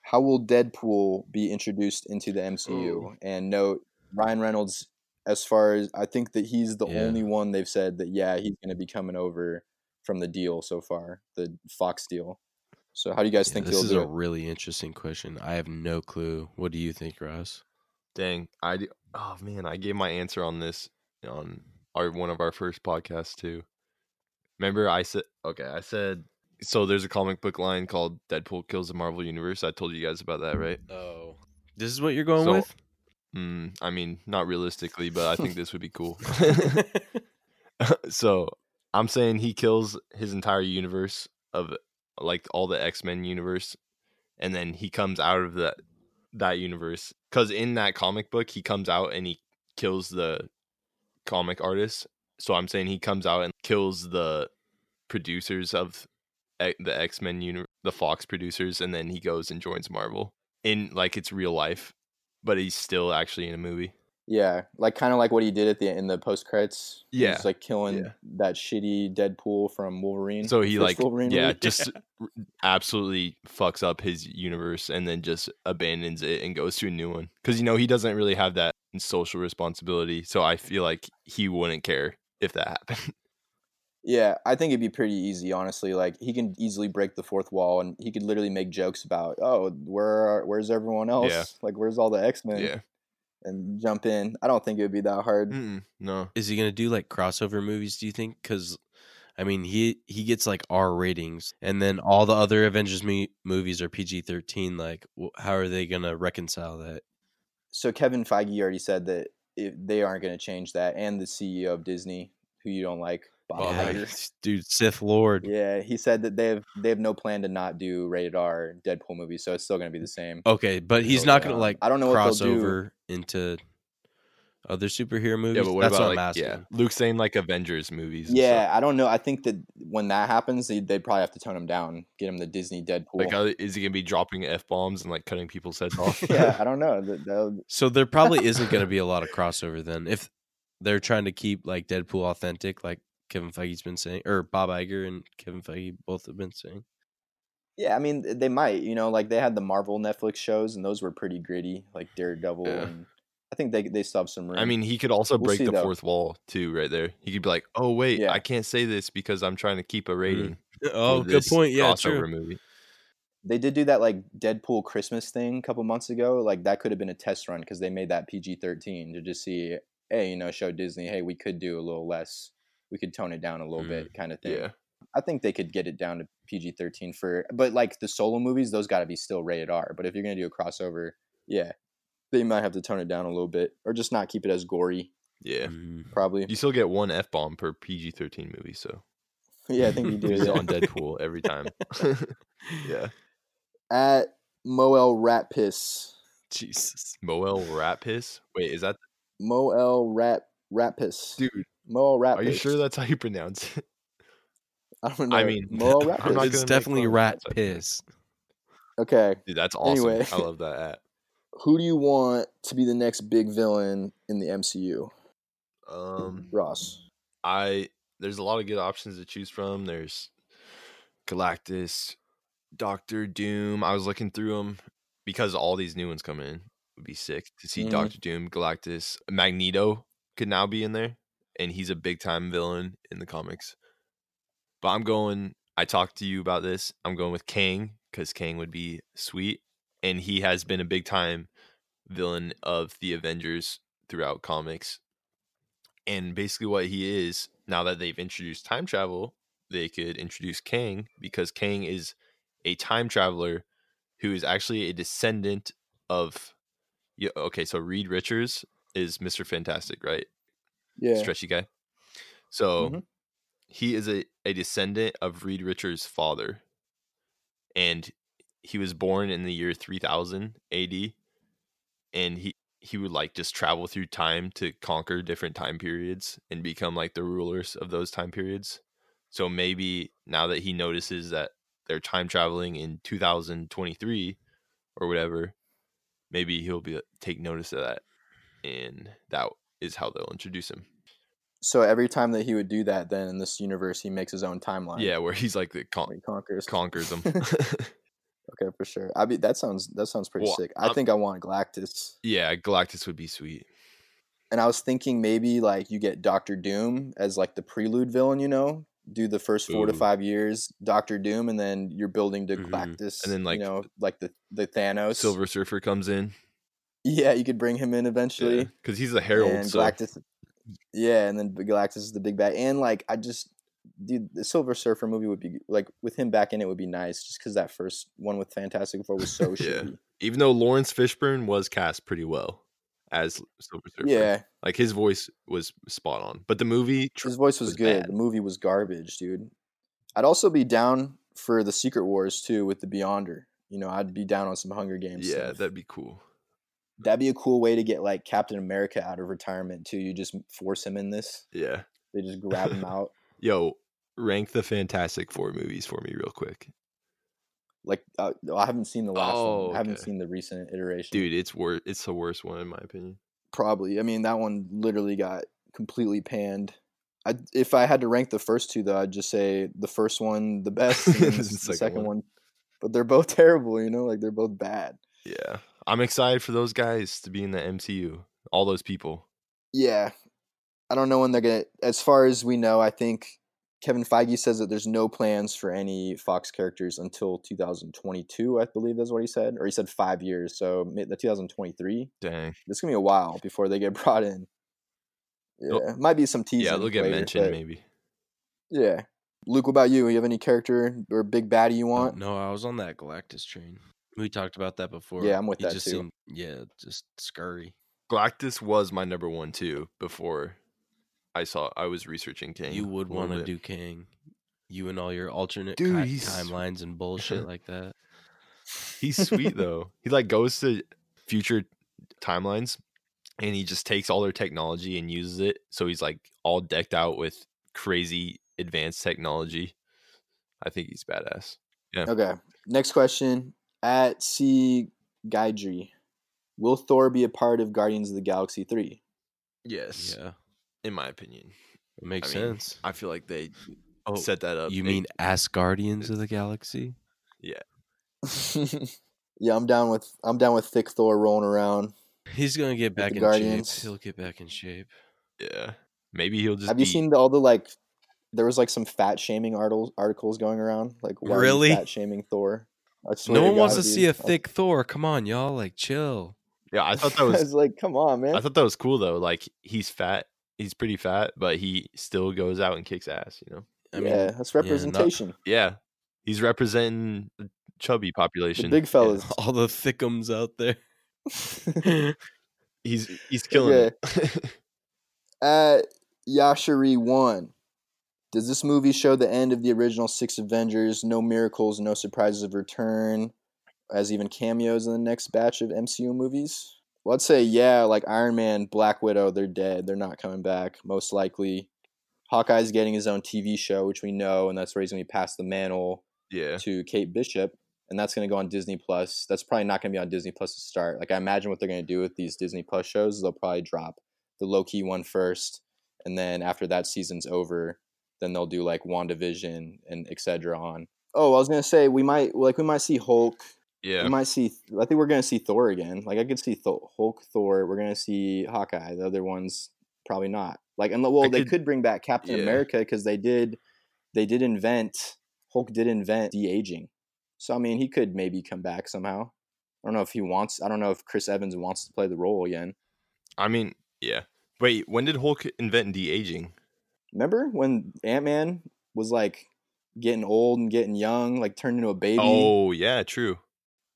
How will Deadpool be introduced into the MCU? Ooh. And note Ryan Reynolds, as far as I think that he's the Yeah. only one they've said that yeah he's going to be coming over from the deal so far, the Fox deal. So how do you guys Yeah, think this he'll is do? a it? really interesting question. I have no clue. What do you think, Ross? Dang, I d- oh man, I gave my answer on this on our one of our first podcasts too. Remember, I said okay, I said so. There's a comic book line called "Deadpool Kills the Marvel Universe." I told you guys about that, right? Oh, this is what you're going So- with. Mm, I mean, not realistically, but I think this would be cool. so I'm saying he kills his entire universe of like all the X Men universe, and then he comes out of that that universe because in that comic book he comes out and he kills the comic artist. So I'm saying he comes out and kills the producers of e- the X Men universe, the Fox producers, and then he goes and joins Marvel in like it's real life, but he's still actually in a movie. Yeah, like kind of like what he did at the in the post credits. Yeah, he's like killing yeah. that shitty Deadpool from Wolverine. So the he first like Wolverine yeah, movie. just r- absolutely fucks up his universe and then just abandons it and goes to a new one cuz you know he doesn't really have that social responsibility. So I feel like he wouldn't care if that happened. Yeah, I think it'd be pretty easy, honestly. Like he can easily break the fourth wall, and he could literally make jokes about, "Oh, where are, where's everyone else? Yeah. Like where's all the X Men?" yeah. Mm. And jump in. I don't think it would be that hard. Mm-mm, no. Is he gonna do like crossover movies? Do you think? Because I mean, he he gets like R ratings, and then all the other Avengers me- movies are PG thirteen. Like, wh- how are they gonna reconcile that? So Kevin Feige already said that if they aren't going to change that, and the CEO of Disney, who you don't like, Bob Bob Iger. Iger. dude, Sith Lord. Yeah, he said that they have they have no plan to not do rated R Deadpool movies, so it's still going to be the Mm. Oh, same. Okay, but he's So, not gonna uh, like I don't know what cross they'll do. over into other superhero movies. Yeah, but what That's about what I'm like yeah, asking. Luke saying like Avengers movies? and yeah, stuff. I don't know. I think that when that happens, they they probably have to tone him down, get him the Disney Deadpool. like uh, is he gonna be dropping f bombs and like cutting people's heads off? yeah, I don't know. That- that'll- So there probably isn't going to be a lot of crossover then, if they're trying to keep like Deadpool authentic, like Kevin Feige's been saying, or Bob Iger and Kevin Feige both have been saying. yeah, I mean, they might. You know, like they had the Marvel Netflix shows, and those were pretty gritty, like Daredevil. Yeah. And I think they they still have some room. I mean, he could also We'll break see, the though. fourth wall too, right there. He could be like, "Oh wait, Yeah. I can't say this because I'm trying to keep a rating." Oh, for good this point. Yeah, crossover true. movie. they did do that like Deadpool Christmas thing a couple months ago. Like that could have been a test run because they made that PG thirteen to just see, hey, you know, show Disney, hey, we could do a little less, we could tone it down a little Mm, bit, kind of thing. Yeah, I think they could get it down to PG thirteen for, but like the solo movies, those got to be still rated R. But if you're gonna do a crossover, yeah, they might have to tone it down a little bit or just not keep it as gory, yeah. Mm. probably. You still get one f bomb per PG-13 movie, so yeah, I think you do. he's yeah. on Deadpool every time. yeah, At Moel Rat Piss, Jesus. Moel Rat Piss. Wait, is that Moel Rat Rat Piss, dude? Moel Rat. Are you sure Piss. that's how you pronounce it? I don't know. I mean, Moel Rat I'm not Piss. gonna it's make definitely fun of rat that. piss. Okay. Dude, that's awesome. Anyway. I love that app. Who do you want to be the next big villain in the MCU? Um, Ross. I there's a lot of good options to choose from. There's Galactus, Doctor Doom. I was looking through them because all these new ones coming in would be sick to see Mhm. Doctor Doom, Galactus, Magneto could now be in there, and he's a big time villain in the comics. But I'm going. I talked to you about this. I'm going with Kang because Kang would be sweet, and he has been a big time villain of the Avengers throughout comics. And basically, what he is now that they've introduced time travel, they could introduce Kang because Kang is a time traveler who is actually a descendant of. Yeah, okay, so Reed Richards is Mr. Fantastic, right? Yeah. Stretchy guy. So Mhm. he is a, a descendant of Reed Richards' father. And he was born in the year 3000 AD. And he, he would like just travel through time to conquer different time periods and become like the rulers of those time periods. So maybe now that he notices that they're time traveling in 2023 or whatever, maybe he'll be take notice of that. And that is how they'll introduce him. So every time that he would do that, then in this universe, he makes his own timeline. Yeah, where he's like the He con- conquers. conquers them. okay, for sure. I mean, that sounds that sounds pretty Well, sick. I I'm- think I want Galactus. yeah, Galactus would be sweet. And I was thinking maybe like you get Doctor Doom as like the prelude villain, you know, do the first four to Ooh. Mm-hmm, five years Doctor Doom, and then you're building to Mhm. Galactus, And then, like, you know, like the the Thanos. Silver Surfer comes in Yeah, you could bring him in eventually. because he's the Herald. and so Galactus. Yeah, and then Galactus is the big bad, and like I just, dude, the Silver Surfer movie would be like with him back in it would be nice, just because that first one with Fantastic Four was so Yeah. shitty. even though Lawrence Fishburne was cast pretty well as Silver Surfer, Yeah, like his voice was spot on. But the movie, tr- his voice was, was good. bad. The movie was garbage, dude. I'd also be down for the Secret Wars too with the Beyonder. You know, I'd be down on some Hunger Games. yeah, stuff. that'd be cool. that'd be a cool way to get like Captain America out of retirement too. You just force him in this. Yeah, They just grab him out. yo, rank the Fantastic Four movies for me real quick, Like uh, I haven't seen the last one. Oh, I haven't okay. seen the recent iteration. dude. It's worth. It's the worst one in my opinion. probably. I mean, that one literally got completely panned. I, if I had to rank the first two, though, I'd just say the first one the best, and then the, The s- the second second, one. one. But they're both terrible, you know, like they're both bad. Yeah, I'm excited for those guys to be in the MCU. All those people. Yeah, I don't know when they're gonna. As far as we know, I think Kevin Feige says that there's no plans for any Fox characters until 2022. I believe that's what he said, or he said five years. So mid- the 2023. Dang. It's gonna be a while before they get brought in. Yeah, They'll- might be some teasing. Yeah, they'll get later, mentioned but maybe. Yeah. Luke, what about you? You have any character or big baddie Oh, you want? No, I was on that Galactus train. We talked about that before. Yeah, I'm with He that just too. seemed- yeah, just scurry. Galactus was my number one too before I saw I was researching Kang. You a would little want to bit. do Kang. You and all your alternate Dude, ki- he's- timelines and bullshit like that. He's sweet though. He like goes to future timelines and he just takes all their technology and uses it. So he's like all decked out with crazy advanced technology. I think he's badass. Okay. Next question. At C Gaidry. Will Thor be a part of Guardians of the Galaxy 3? Yes. Yeah, In my opinion. it makes I mean, sense. I feel like they Oh, set that up. you It- mean Asgardians of the Galaxy? yeah, I'm down with I'm down with thick Thor rolling around. He's gonna get back the in Guardians. shape. He'll get back in shape. yeah. Maybe he'll just Have you be- seen the, all the like there was like some fat shaming articles articles going around like why are you Really? fat shaming Thor. I swear No one wants to God, see dude. a thick Thor. Come on, y'all, like chill. Yeah, I thought that was I was like, come on, man. I thought that was cool though. Like he's fat, he's pretty fat, but he still goes out and kicks ass. You know? I mean, yeah, that's yeah, not- representation. Yeah, he's representing the chubby population. big Yeah. fellas. all the thickums out there. He's he's killing it. At Yashiri One, does this movie show the end of the original six Avengers? No miracles, no surprises of return, as even cameos in the next batch of MCU movies. Well, I'd say yeah, like Iron Man, Black Widow, they're dead. They're not coming back, most likely. Hawkeye's getting his own TV show, which we know, and that's where he's gonna be passed the mantle yeah, to Kate Bishop, and that's going to go on Disney Plus. That's probably not going to be on Disney Plus to start. Like I imagine what they're going to do with these Disney Plus shows, they'll probably drop the low key one first, and then after that season's over, then they'll do like WandaVision and etc. on. Oh, I was gonna say we might like we might see Hulk. yeah. We might see. I think we're gonna see Thor again. Like I could see Thor, Hulk, Thor. We're gonna see Hawkeye. The other ones probably not. Like and well, I they could- could bring back Captain yeah. America because they did. They did invent Hulk. Did invent de aging. So I mean, he could maybe come back somehow. I don't know if he wants. I don't know if Chris Evans wants to play the role again. I mean, yeah. Wait, when did Hulk invent de aging? Remember when Ant Man was like getting old and getting young, like turned into a baby? Oh yeah, true.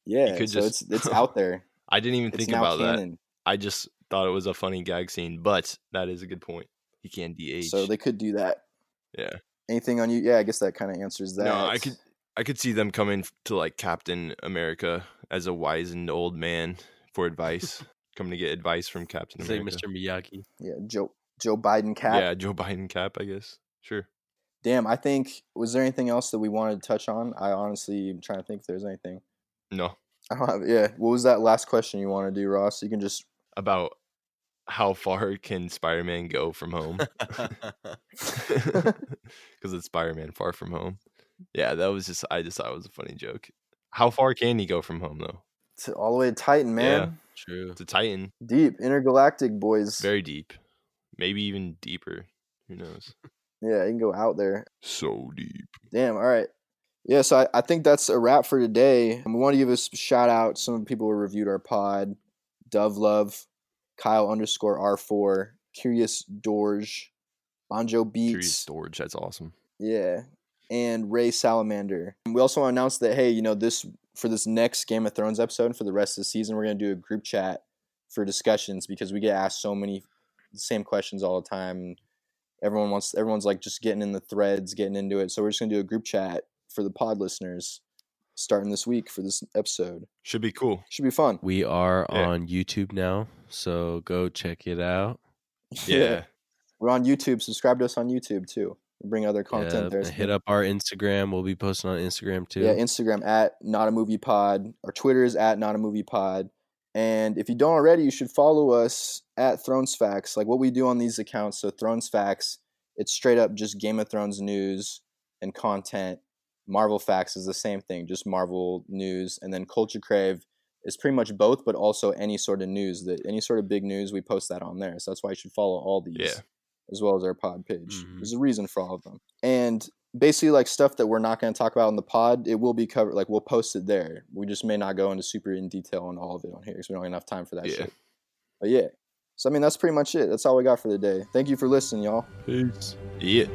yeah. could so just- it's it's out there. I didn't even It's think now about that. canon. I just thought it was a funny gag scene, but that is a good point. He can de age. So they could do that. Yeah. Anything on you? Yeah, I guess that kind of answers that. No, I could I could see them coming f- to like Captain America as a wizened old man for advice, coming to get advice from Captain Say, America. Mr. Miyagi. Yeah, Joe Joe Biden cap. Yeah, Joe Biden cap, I guess. Sure. Damn. I think. Was there anything else that we wanted to touch on? I honestly am trying to think if there's anything. No, I don't have. Yeah. What was that last question you want to do, Ross? You can just. about how far can Spider-Man go from home? Because it's Spider-Man far from home. Yeah, that was just I just thought it was a funny joke. How far can he go from home though? To, all the way to Titan, man. True. To Titan, Deep intergalactic boys. very deep, maybe even deeper. Who knows? yeah, you can go out there. So deep. Damn. All right. Yeah, so I, I think that's a wrap for today. And we want to give a s- shout out. Some people who reviewed our pod. Dove Love, Kyle underscore R4, Curious Dorge, Bonjo Curious Beats. storage. That's awesome. Yeah. And Ray Salamander. And we also announced that hey, you know, this for this next Game of Thrones episode and for the rest of the season, we're gonna do a group chat for discussions because we get asked so many same questions all the time. Everyone wants everyone's like just getting in the threads, getting into it. So we're just gonna do a group chat for the pod listeners starting this week for this episode. Should be cool. Should be fun. We are Yeah. on YouTube now, so go check it out. Yeah. We're on YouTube. Subscribe to us on YouTube too. We bring other content Yeah, there. It's hit been- up our Instagram. We'll be posting on Instagram too. Yeah, Instagram at not a movie pod. Our Twitter is at not a movie pod. And if you don't already, you should follow us at Thrones Facts. Like what we do on these accounts. So Thrones Facts, it's straight up just Game of Thrones news and content. Marvel Facts is the same thing, just Marvel news. And then Culture Crave is pretty much both, but also any sort of news that any sort of big news, we post that on there. So that's why you should follow all these Yeah. as well as our pod page. Mhm. There's a reason for all of them. And basically, like stuff that we're not going to talk about in the pod, it will be covered. Like we'll post it there. We just may not go into super in detail on all of it on here because we don't have enough time for that Yeah. shit. But yeah. So I mean, that's pretty much it. That's all we got for the day. Thank you for listening, y'all. yeah.